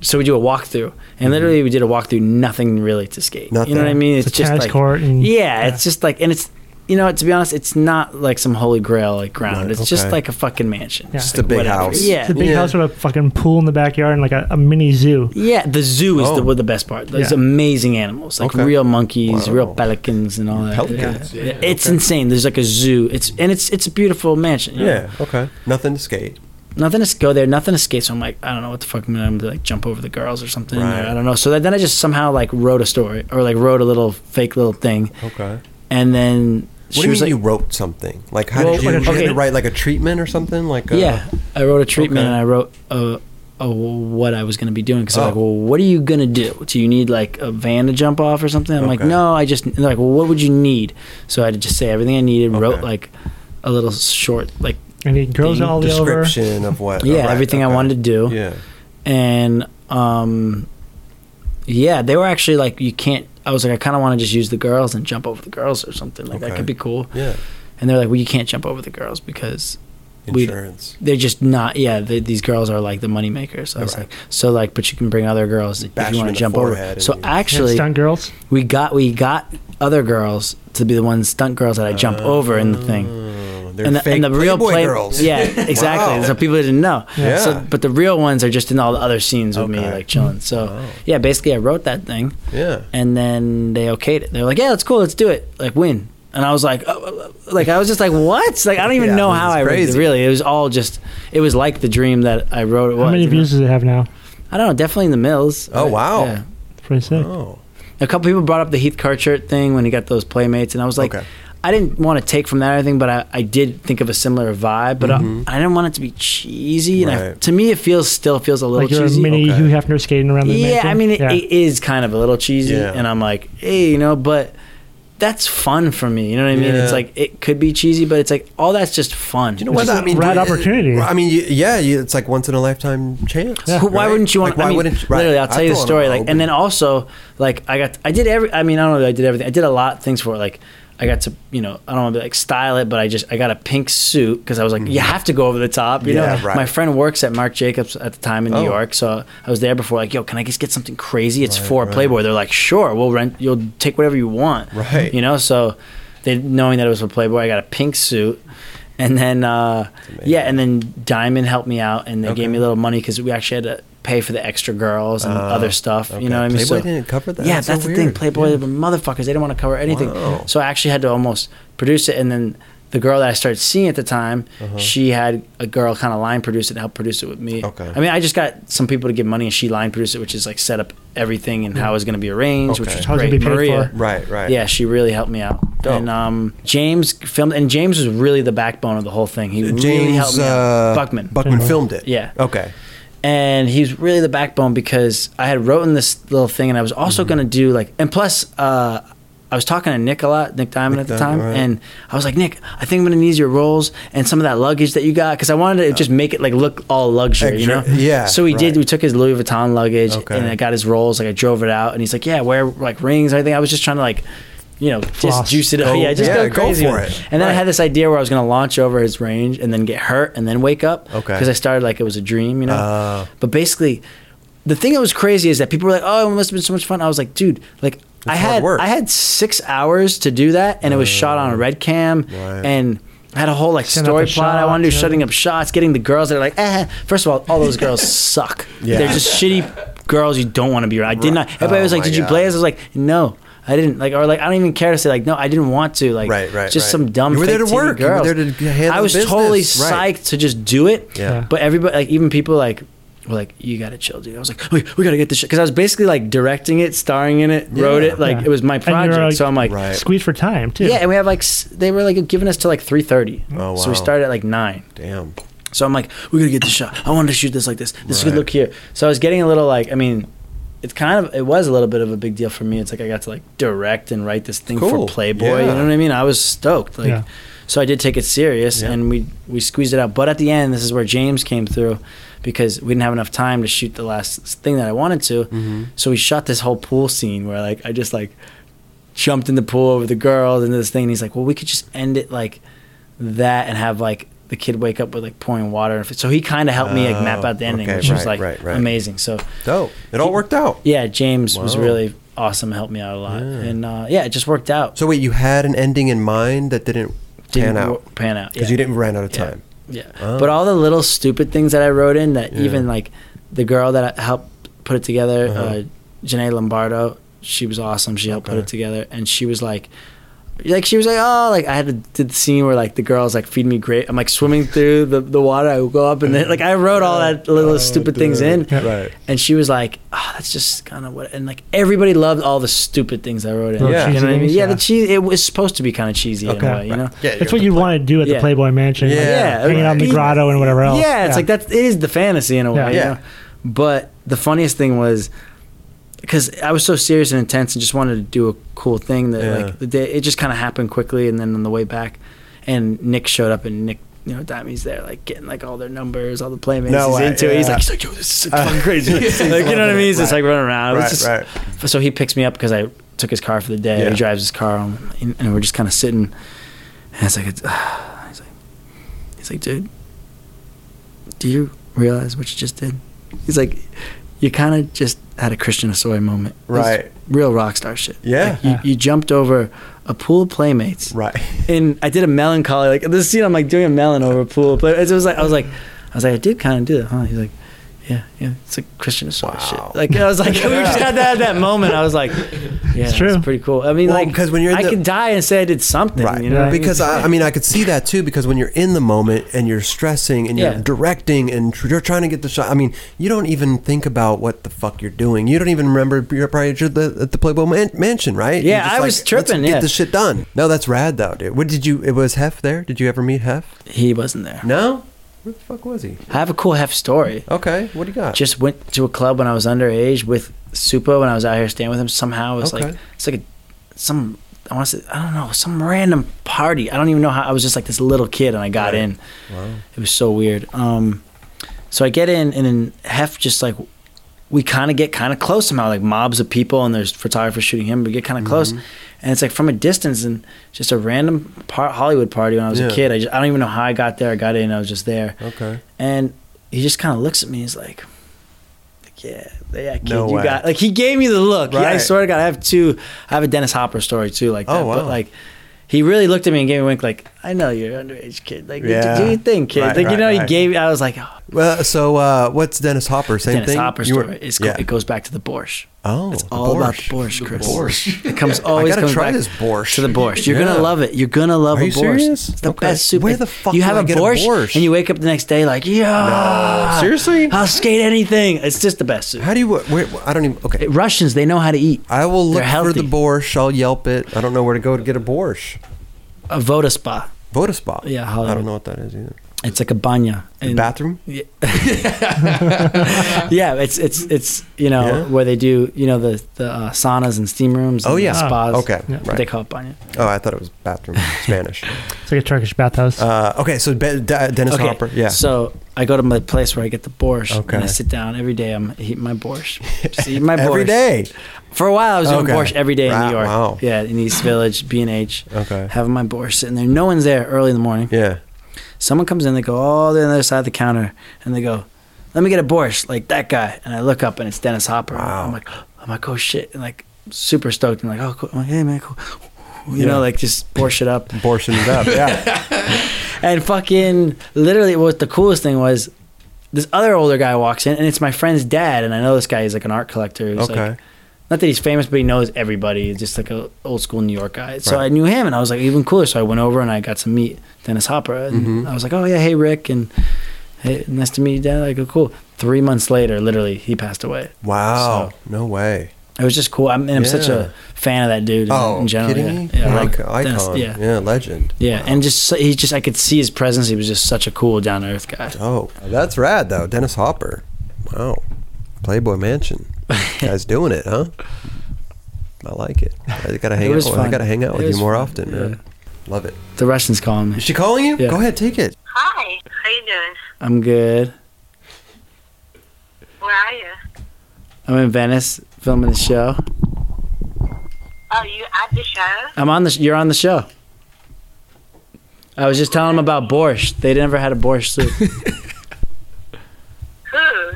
So we do a walkthrough, and literally we did a walkthrough, nothing really to skate.
Nothing.
You know what I mean?
It's a tennis
like,
court and-
yeah,
yeah.
it's just like, and it's, you know, to be honest, it's not like some holy grail like ground.
Right,
It's just
okay.
like a fucking mansion.
Yeah. Just
a
Like,
big
whatever.
house.
Yeah,
It's a big
Yeah.
house with a fucking pool in the backyard and like a, a mini zoo.
yeah, the zoo is
Oh.
the the, the best part. There's
Yeah.
amazing animals, like
Okay.
real monkeys,
Wow.
real pelicans, and all that.
Pelicans?
Yeah.
Yeah.
It's
Okay.
insane. There's like a zoo. It's and it's it's a beautiful mansion. you know?
yeah, okay. Nothing to skate.
Nothing to go there. Nothing to skate. So I'm like, I don't know what the fuck I'm gonna do, like jump over the girls or something. or
Right.
I don't know. So that, then I just somehow like wrote a story or like wrote a little fake little thing,
Okay.
and then
What do
she
you mean
was like,
you wrote something? Like, how
Well,
did you,
like a
you had to
treatment.
write like a treatment or something? Like, a,
Yeah, I wrote a treatment
Okay.
and I wrote uh, uh, what I was going to be doing because
Oh.
I'm like, well, what are you going to do? Do you need like a van to jump off or something? I'm like,
Okay.
no, I just and they're like, well, what would you need? So I had to just say everything I needed, wrote
Okay.
like a little short, like
And he grows
The
all the over.
description of what?
yeah,
right,
everything I
okay.
wanted to do,
Yeah.
and um, yeah, they were actually like, you can't. I was like, I kind of want to just use the girls and jump over the girls or something like that
Okay.
could be cool.
Yeah.
And they're like, well, you can't jump over the girls because We-
Insurance.
they're just not yeah they, these girls are like the money makers so I was
Right.
like so like but you can bring other girls
Bash
if
them
you want
in
to
the
jump over
forehead
so
and you-
Yeah,
actually
stunt girls.
we got we got other girls to be the ones stunt girls that I jump over in the thing
Oh, they're
and the,
fake
and the real
Playboy
play
girls.
yeah exactly
Wow.
so people didn't know
Yeah.
so but the real ones are just in all the other scenes with me
Okay. Oh.
like chilling so yeah basically I wrote that thing
Yeah.
and then they okayed it. They're like, "Yeah, that's cool. Let's do it. Like, win." And I was like, oh, oh, oh, like I was just like, "What?" Like, I don't even
Yeah,
know
this
how
is
I wrote it.
crazy.
Really, it was all just. It was like the dream that I wrote. It was.
How many
you know?
views does it have now?
I don't know. Definitely in the mills.
Oh,
Like,
wow.
yeah.
It's pretty sick.
Oh.
A couple people brought up the Heath Cartchart thing when he got those playmates, and I was like,
Okay.
I didn't want to take from that or anything, but I, I did think of a similar vibe, but uh, I, I didn't want it to be cheesy. And I,
Mm-hmm. Right.
to me, it feels still feels a little
Like you're a
cheesy.
mini
Okay.
Hugh Hefner skating around the
yeah,
mansion.
I mean, it,
yeah.
it is kind of a little cheesy,
Yeah.
and I'm like, hey, you know, but that's fun for me. You know what I mean?
Yeah.
It's like it could be cheesy, but it's like all that's just fun.
You know
It's
what?
just
I mean,
a rad
do-
opportunity.
I mean, you, yeah, you, it's like once in a lifetime chance.
Yeah.
Why
right?
wouldn't you want?
Like, why
I mean,
wouldn't you? right.
literally, I'll tell
I'd
you the
throw it
story.
on
Like,
open.
and then also, like, I got, I did every. I mean, I don't know. that I did everything. I did a lot of things for it. Like, I got to, you know, I don't want to be like style it, but I just, I got a pink suit because I was like, you have to go over the top. You
Mm-hmm. Yeah,
know,
right.
my friend works at Marc Jacobs at the time in
Oh.
New York, so I was there before. Like, yo, can I just get something crazy? It's
Right,
for
right.
Playboy. They're like, sure, we'll rent. You'll take whatever you want.
Right.
You know, so they knowing that it was for Playboy, I got a pink suit. And then, uh,
amazing.
yeah, and then Diamond helped me out, and they
Okay.
gave me a little money because we actually had to pay for the extra girls and
Oh,
other stuff.
okay.
You know what I mean?
Playboy
So-
didn't cover that.
Yeah,
That's
that's,
so
the thing.
weird.
Playboy, the motherfuckers, they didn't want to cover anything.
Wow.
So I actually had to almost produce it, and then the girl that I started seeing at the time,
Uh-huh.
she had a girl kind of line produce it and help produce it with me.
Okay.
I mean, I just got some people to give money, and she line produced it, which is like set up everything and how it was going to be arranged,
Hmm. Okay.
which was
How it's gonna
great.
be paid
Maria,
for.
Right, right.
yeah, she really helped me out.
Dope.
And um, James filmed, and James was really the backbone of the whole thing. He
James
really helped me
uh,
out. Buckman.
Buckman filmed it.
Yeah.
Okay.
and he was really the backbone because I had written this little thing, and I was also
Mm-hmm.
going to do like, and plus, uh, I was talking to Nick a lot, Nick Diamond
Nick
at the
Diamond,
time,
right.
and I was like, Nick, I think I'm going to need your rolls and some of that luggage that you got because I wanted to just make it like look all luxury, you know?
Extra- yeah,
So we
right.
did. We took his Louis Vuitton luggage,
Okay.
and I got his rolls. Like I drove it out, and he's like, Yeah, wear like rings. I think I was just trying to like. You know,
Floss.
just juice it up.
Go-
yeah, just
yeah,
go
go
crazy.
for
with
it.
And then I
Right.
had this idea where I was going to launch over his range and then get hurt and then wake up.
Okay.
Because I started like it was a dream, you know?
Uh,
But basically, the thing that was crazy is that people were like, "Oh, it must have been so much fun." I was like, "Dude, like I
hard
had
work. Oh.
I had six hours to do that, and it was shot on a red cam,
Right.
and." I had a whole like
Setting up
story
the
plot. I want to do
shots, yeah.
shutting up shots, getting the girls that are like, eh. First of all, all those girls suck.
Yeah.
They're just shitty girls you don't want to be around. I did not. Everybody
Oh
was like,
my
"Did you
God.
play this?" I was like, "No, I didn't." Like, or like, I don't even care to say like, "No, I didn't want to." Like,
Right, right,
Just
right.
some dumb.
You were there
fake
to
TV
work. You were
Girls.
there to handle
I was totally
business. Right.
psyched to just do it.
Yeah.
But everybody, like even people, like were like, "You gotta chill, dude." I was like, "We, we gotta get this," because I was basically like directing it, starring in it, wrote it. Like
Yeah.
it was my
And you were
project,
like-
so I'm like,
Right.
Squeeze for time too.
"Yeah." And we have like s- they were like giving us to like three thirty,
Oh,
so
wow.
we started at like nine.
Damn.
So I'm like, "We gotta get this shot. I wanted to shoot this like this. This could
Right.
look here." So I was getting a little like, I mean, it's kind of it was a little bit of a big deal for me. It's like I got to like direct and write this thing
Cool.
for Playboy. You
Yeah.
know what I mean? I was stoked. Like
Yeah.
so I did take it serious
Yeah.
and we we squeezed it out. But at the end, this is where James came through because we didn't have enough time to shoot the last thing that I wanted to.
Mm-hmm.
So we shot this whole pool scene where like I just like jumped in the pool with the girls and this thing and he's like, "Well, we could just end it like that and have like the kid wake up with like pouring water." So he kind of helped me like map
Oh,
out the ending,
okay,
which was
right,
like
right, right.
amazing. So
Dope. It all worked out.
yeah, James was
Wow.
really awesome, helped me out a lot, and uh, yeah, it just worked out.
So wait, you had an ending in mind that didn't, pan out
wor- Pan out.
because
Yeah.
you didn't run out of
Yeah.
time.
Yeah.
Oh.
But all the little stupid things that I wrote in that
Yeah.
even like the girl that I helped put it together, uh
Uh-huh.
Janae Lombardo, she was awesome. She helped put
Okay.
it together, and she was like. Like she was like, oh, like I had to did the scene where like the girls like feed me grape. I'm like swimming through the, the water. I would go up and then like I wrote all that
Oh,
little stupid things in,
Right.
and she was like, "Oh, that's just kind of what." And like everybody loved all the stupid things I wrote in.
Little
Yeah.
you know what I
cheesy
mean?
things,
Yeah, the
yeah.
cheese. It was supposed to be kind of cheesy in
Okay.
a way, you know.
Yeah,
That's what you want to do at
Yeah.
the Playboy Mansion. like,
Yeah,
hanging out in the
right.
grotto and whatever else.
Yeah, it's like that. It is the fantasy in a way.
Yeah.
you
Yeah.
know? But the funniest thing was because I was so serious and intense and just wanted to do a cool thing that
Yeah.
like the day, it just kind of happened quickly. And then on the way back, and Nick showed up and Nick. You know, Dami's there, like getting like all their numbers, all the playmates.
No
he's
way,
into it. He's
yeah.
like, he's like, yo, this is fucking crazy. like, you know what I mean? He's just like running around. It was
Right,
just-
right.
so he picks me up because I took his car for the day.
Yeah.
He drives his car home, and, and we're just kind of sitting. And it's like, it's, he's like, he's like, dude, do you realize what you just did? He's like, you kind of just had a Christian Asoy moment. This is
Right.
real rock star shit.
Yeah.
Like, you, you jumped over a pool of playmates.
Right.
And I did a melancholy like this scene. I'm like doing a melon over a pool, but it was like I was like, I was like, I did kind of do that, huh? He's like, yeah, yeah, it's like Christian Asoy
Wow.
shit. Like I was like, we just had to have that moment. I was like, yeah, it's
true.
pretty cool. I mean,
Well,
like,
'cause when you're in
I
the-
could die and say I did something,
Right.
you know, what I mean?
because I, I mean, I could see that too. Because when you're in the moment and you're stressing and you're
Yeah.
directing and tr- you're trying to get the shot, I mean, you don't even think about what the fuck you're doing. You don't even remember you're probably at the, at the Playboy man- Mansion, right?
Yeah,
You're just
I was tripping,
Let's
yeah.
get this shit done. No, that's rad though, dude. What did you? It was Hef there. Did you ever meet Hef?
he wasn't there.
No. Where the fuck was he?
I have a cool half story.
Okay, what do you got?
Just went to a club when I was underage with Supa when I was out here staying with him. Somehow it was like
Okay.
it's like a, some I want to say I don't know some random party. I don't even know how. I was just like this little kid and I got in. Wow, it was so weird. Um, so I get in and then Hef just like we kind of get kind of close somehow, like mobs of people, and there's photographers shooting him. We get kind of close,
Mm-hmm.
and it's like from a distance, and just a random par- Hollywood party when I was
Yeah.
a kid. I, just, I don't even know how I got there. I got in, I was just there.
okay.
And he just kind of looks at me. He's like, like, "Yeah, yeah, kid,
No
you
way.
got." Like he gave me the look. Yeah, I
Right.
swear to God, I have two. I have a Dennis Hopper story too, like that.
Oh,
But
wow.
like, he really looked at me and gave me a wink, like, "I know you're an underage, kid. Like,
Yeah.
do your thing, kid.
Right,
like, you
right,
know." He
right.
gave. I was like, oh,
Well, so uh, what's Dennis Hopper? Same
"Dennis
thing.
Hopper
You were-
story. It's
yeah.
It goes back to the Borscht.
oh,
It's
the
all about
Borscht.
the Borscht, Chris.
Borscht.
It comes always
gotta
comes
try
back
this Borscht.
to the Borscht. You're
Yeah.
gonna love it. You're gonna love
Are
a
you
Borscht.
serious?
It's the
Okay.
best soup.
Where the fuck
you
do
have
I
a
get a
borscht,
Borscht?
and you wake up the next day like, yeah,
No. Seriously?
I'll skate anything. It's just the best soup.
How do you? Where, I don't even. Okay.
It- Russians, they know how to eat.
I will look
They're
for the
healthy.
borscht. I'll Yelp it. I don't know where to go to get a borscht.
A voda spa.
Vote a spot.
Yeah,
I
Hollywood.
don't know what that is either.
It's like a banya. And-
Bathroom.
Yeah. yeah, it's it's it's you know
Yeah.
where they do you know the the uh, saunas and steam rooms. And
Oh, yeah.
the spas.
Okay.
Yeah.
They
Right.
call it banya.
Oh, I thought it was bathroom Spanish.
It's like a Turkish bathhouse.
Uh, okay, so Be- De- Dennis
Okay,
Hopper. Yeah.
So I go to my place where I get the borscht,
Okay.
and I sit down every day. I'm eating my borscht. Just eat my borscht
Every day.
For a while, I was doing
Okay.
borscht every day in
Wow,
New York.
wow.
Yeah, in East Village, B and H.
Okay.
Having my borscht sitting there. No one's there early in the morning.
Yeah.
Someone comes in. They go all the other side of the counter, and they go, "Let me get a borscht like that guy." And I look up, and it's Dennis Hopper.
Wow.
I'm like, I'm like, oh shit, and like super stoked. and like, oh, cool. I'm like, hey man, cool. You
Yeah.
know, like just borscht it up.
Borshing it up. Yeah.
And fucking literally what the coolest thing was this other older guy walks in and it's my friend's dad and I know this guy is like an art collector. He's
okay.
like not that he's famous, but he knows everybody. He's just like a old school New York guy. So
Right.
I knew him and I was like even cooler. So I went over and I got to meet Dennis Hopper and
Mm-hmm.
I was like, Oh yeah, hey Rick and hey, nice to meet you, Dad. Like, oh, cool. Three months later, literally, he passed away.
Wow.
So-
No way.
It was just cool. I mean, I'm such
Yeah.
a fan of that dude. in-
Oh,
in general.
kidding
yeah.
me?
Yeah, like
Icon-
Dennis-
Icon.
yeah,
yeah. Legend.
yeah, and just so- he just I could see his presence. He was just such a cool, down to earth guy.
Oh, that's rad though. Dennis Hopper. Wow. Playboy Mansion. guys doing it, huh? I like it. I gotta hang
It
out.
was
I
fun.
gotta hang out
It
with you
was
more
fun,
often, man. Love it.
The Russian's calling me.
Is she calling you?
Yeah.
Go ahead, take it.
Hi, how you doing?
I'm good.
Where are you?
I'm in Venice filming the show.
Oh, you at the show?
I'm on the. You're on the show. I was just telling them about borscht. They never had a borscht soup.
Who?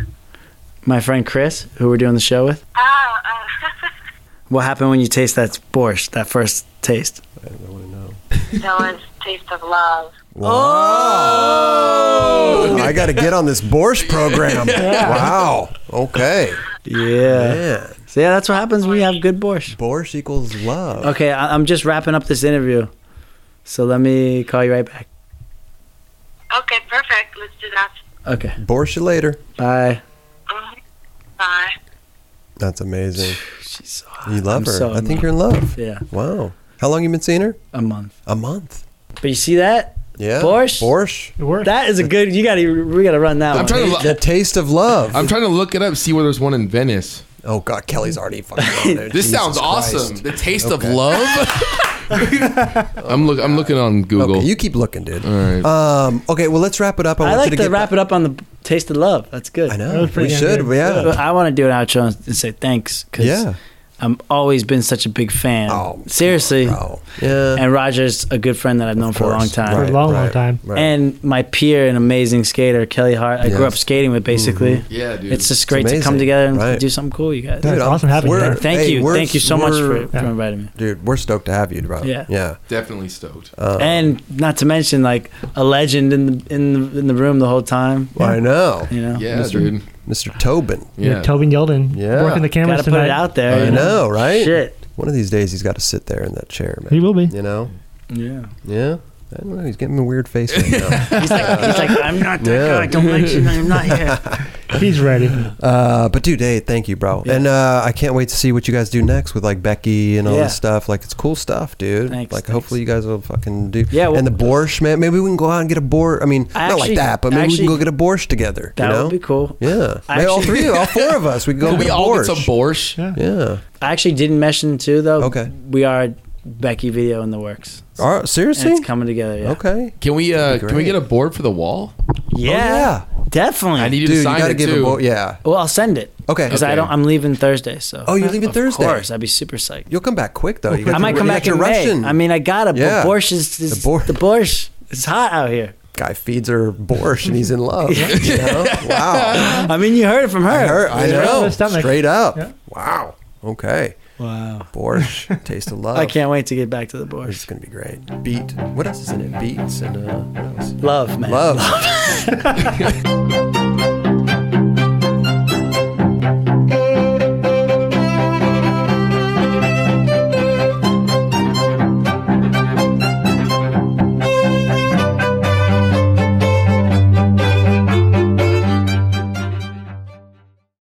My friend Chris, who we're doing the show with.
Oh, uh,
What happened when you taste that borscht? That first taste.
that was Taste of Love.
Oh!
I gotta get on this Borscht program. Wow. Okay.
Yeah.
Man,
So yeah, that's what happens when you have good borscht.
Borscht equals love.
Okay, I- I'm just wrapping up this interview, so let me call you right back.
Okay, perfect. Let's do that.
Okay.
Borscht you later.
Bye.
Mhm. Bye.
That's amazing.
She's so hot.
You love
I'm
her.
so
I
in
think you're in love.
Yeah.
Wow. How long you been seeing her?
A month.
A month.
But you see that?
Yeah.
Borscht?
Borscht.
It worked.
That is a good. You gotta. We gotta run that
I'm
one.
trying to.
The
Lo-
taste of love.
I'm trying to look it up, see where there's one in Venice.
oh God, Kelly's already fucking. on there.
This
Jesus
sounds
Christ.
awesome. The taste of love. I'm look. I'm looking on Google.
Okay, you keep looking, dude.
All right.
Um, okay, well, let's wrap it up. I,
I
want you
like
to
to
get
wrap it up on the taste of love. That's good.
I
That
know.
was
We
pretty damn
should.
good.
Yeah.
But I want to do an outro and say thanks because
Yeah.
I've always been such a big fan.
Oh,
Seriously.
Bro. Yeah.
And Roger's a good friend that I've known for a long
course.
time.
for a
Right,
long, long
right,
time.
right.
And my peer, an amazing skater, Kelly Hart, I grew
Yes. Mm-hmm.
up skating with basically.
Yeah, dude.
It's just great to
amazing.
come together and
Right.
do something cool, you guys.
Dude, it's
I'm-
awesome having you
we're-
there.
And thank
hey,
you.
we're-
Thank you so much for,
we're-
for inviting me.
Dude, we're stoked to have you, bro.
Yeah.
Yeah.
Definitely stoked.
Uh,
and not to mention like a legend in the in the, in the room the whole time.
I know.
You know,
yeah, dude.
Mr. Tobin.
Yeah.
Yeah.
Tobin Yeldon.
Yeah.
Working the cameras
gotta put
tonight.
it out there.
I
I
you
know, right?
Shit.
One of these days, he's got to sit there in that chair, man.
He will be.
You know?
Yeah.
Yeah. I don't know. He's getting a weird face right now.
He's like, he's like, I'm not that
Yeah.
guy. Don't mention I'm not here.
He's ready.
Uh, but dude, hey, thank you, bro. And uh, I can't wait to see what you guys do next with like Becky and all
Yeah.
this stuff. Like it's cool stuff, dude.
Thanks,
like
thanks.
hopefully you guys will fucking do.
Yeah, well-
and the borscht, man. Maybe we can go out and get a borscht. I mean,
I
not
actually-
like that, but maybe we
actually-
can go get a borscht together.
That
you know?
would be cool.
Yeah.
I
Maybe all
actually-
three, all four of us, we can go
Could
get
we
a
all
borscht.
get some borscht?
Yeah.
yeah.
I actually didn't mention too though.
Okay.
We are Becky video in the works.
All right,
And
seriously?
it's coming together. Yeah.
Okay.
Can we? Uh,
That'd be
can we
great.
get a board for the wall?
Yeah.
yeah.
Definitely.
I need you
Dude,
to
you
sign
gotta
it
give
too.
a borscht. Yeah.
well, I'll send it.
Okay.
Because I
Okay.
don't. I'm leaving Thursday. So.
Oh, you're leaving Thursday.
Of course, I'd be super psyched.
You'll come back quick though. You got
I
your-
might come
you
back
got your
in
Russian
May. I mean, I gotta.
Yeah.
But Borsch is, is
The
the,
Bor-
Borsch. It's hot out here.
guy feeds her borscht and he's in love. you know? Wow.
I mean, you heard it from her.
I heard- I
Yeah.
know.
The stomach.
Straight up.
Yeah.
Wow. Okay.
Wow.
Borscht, taste of love.
I can't wait to get back to the
It's
Borsch.
gonna be great. Beat. What else is in it? Beats and uh, what else?
Love, man.
Love.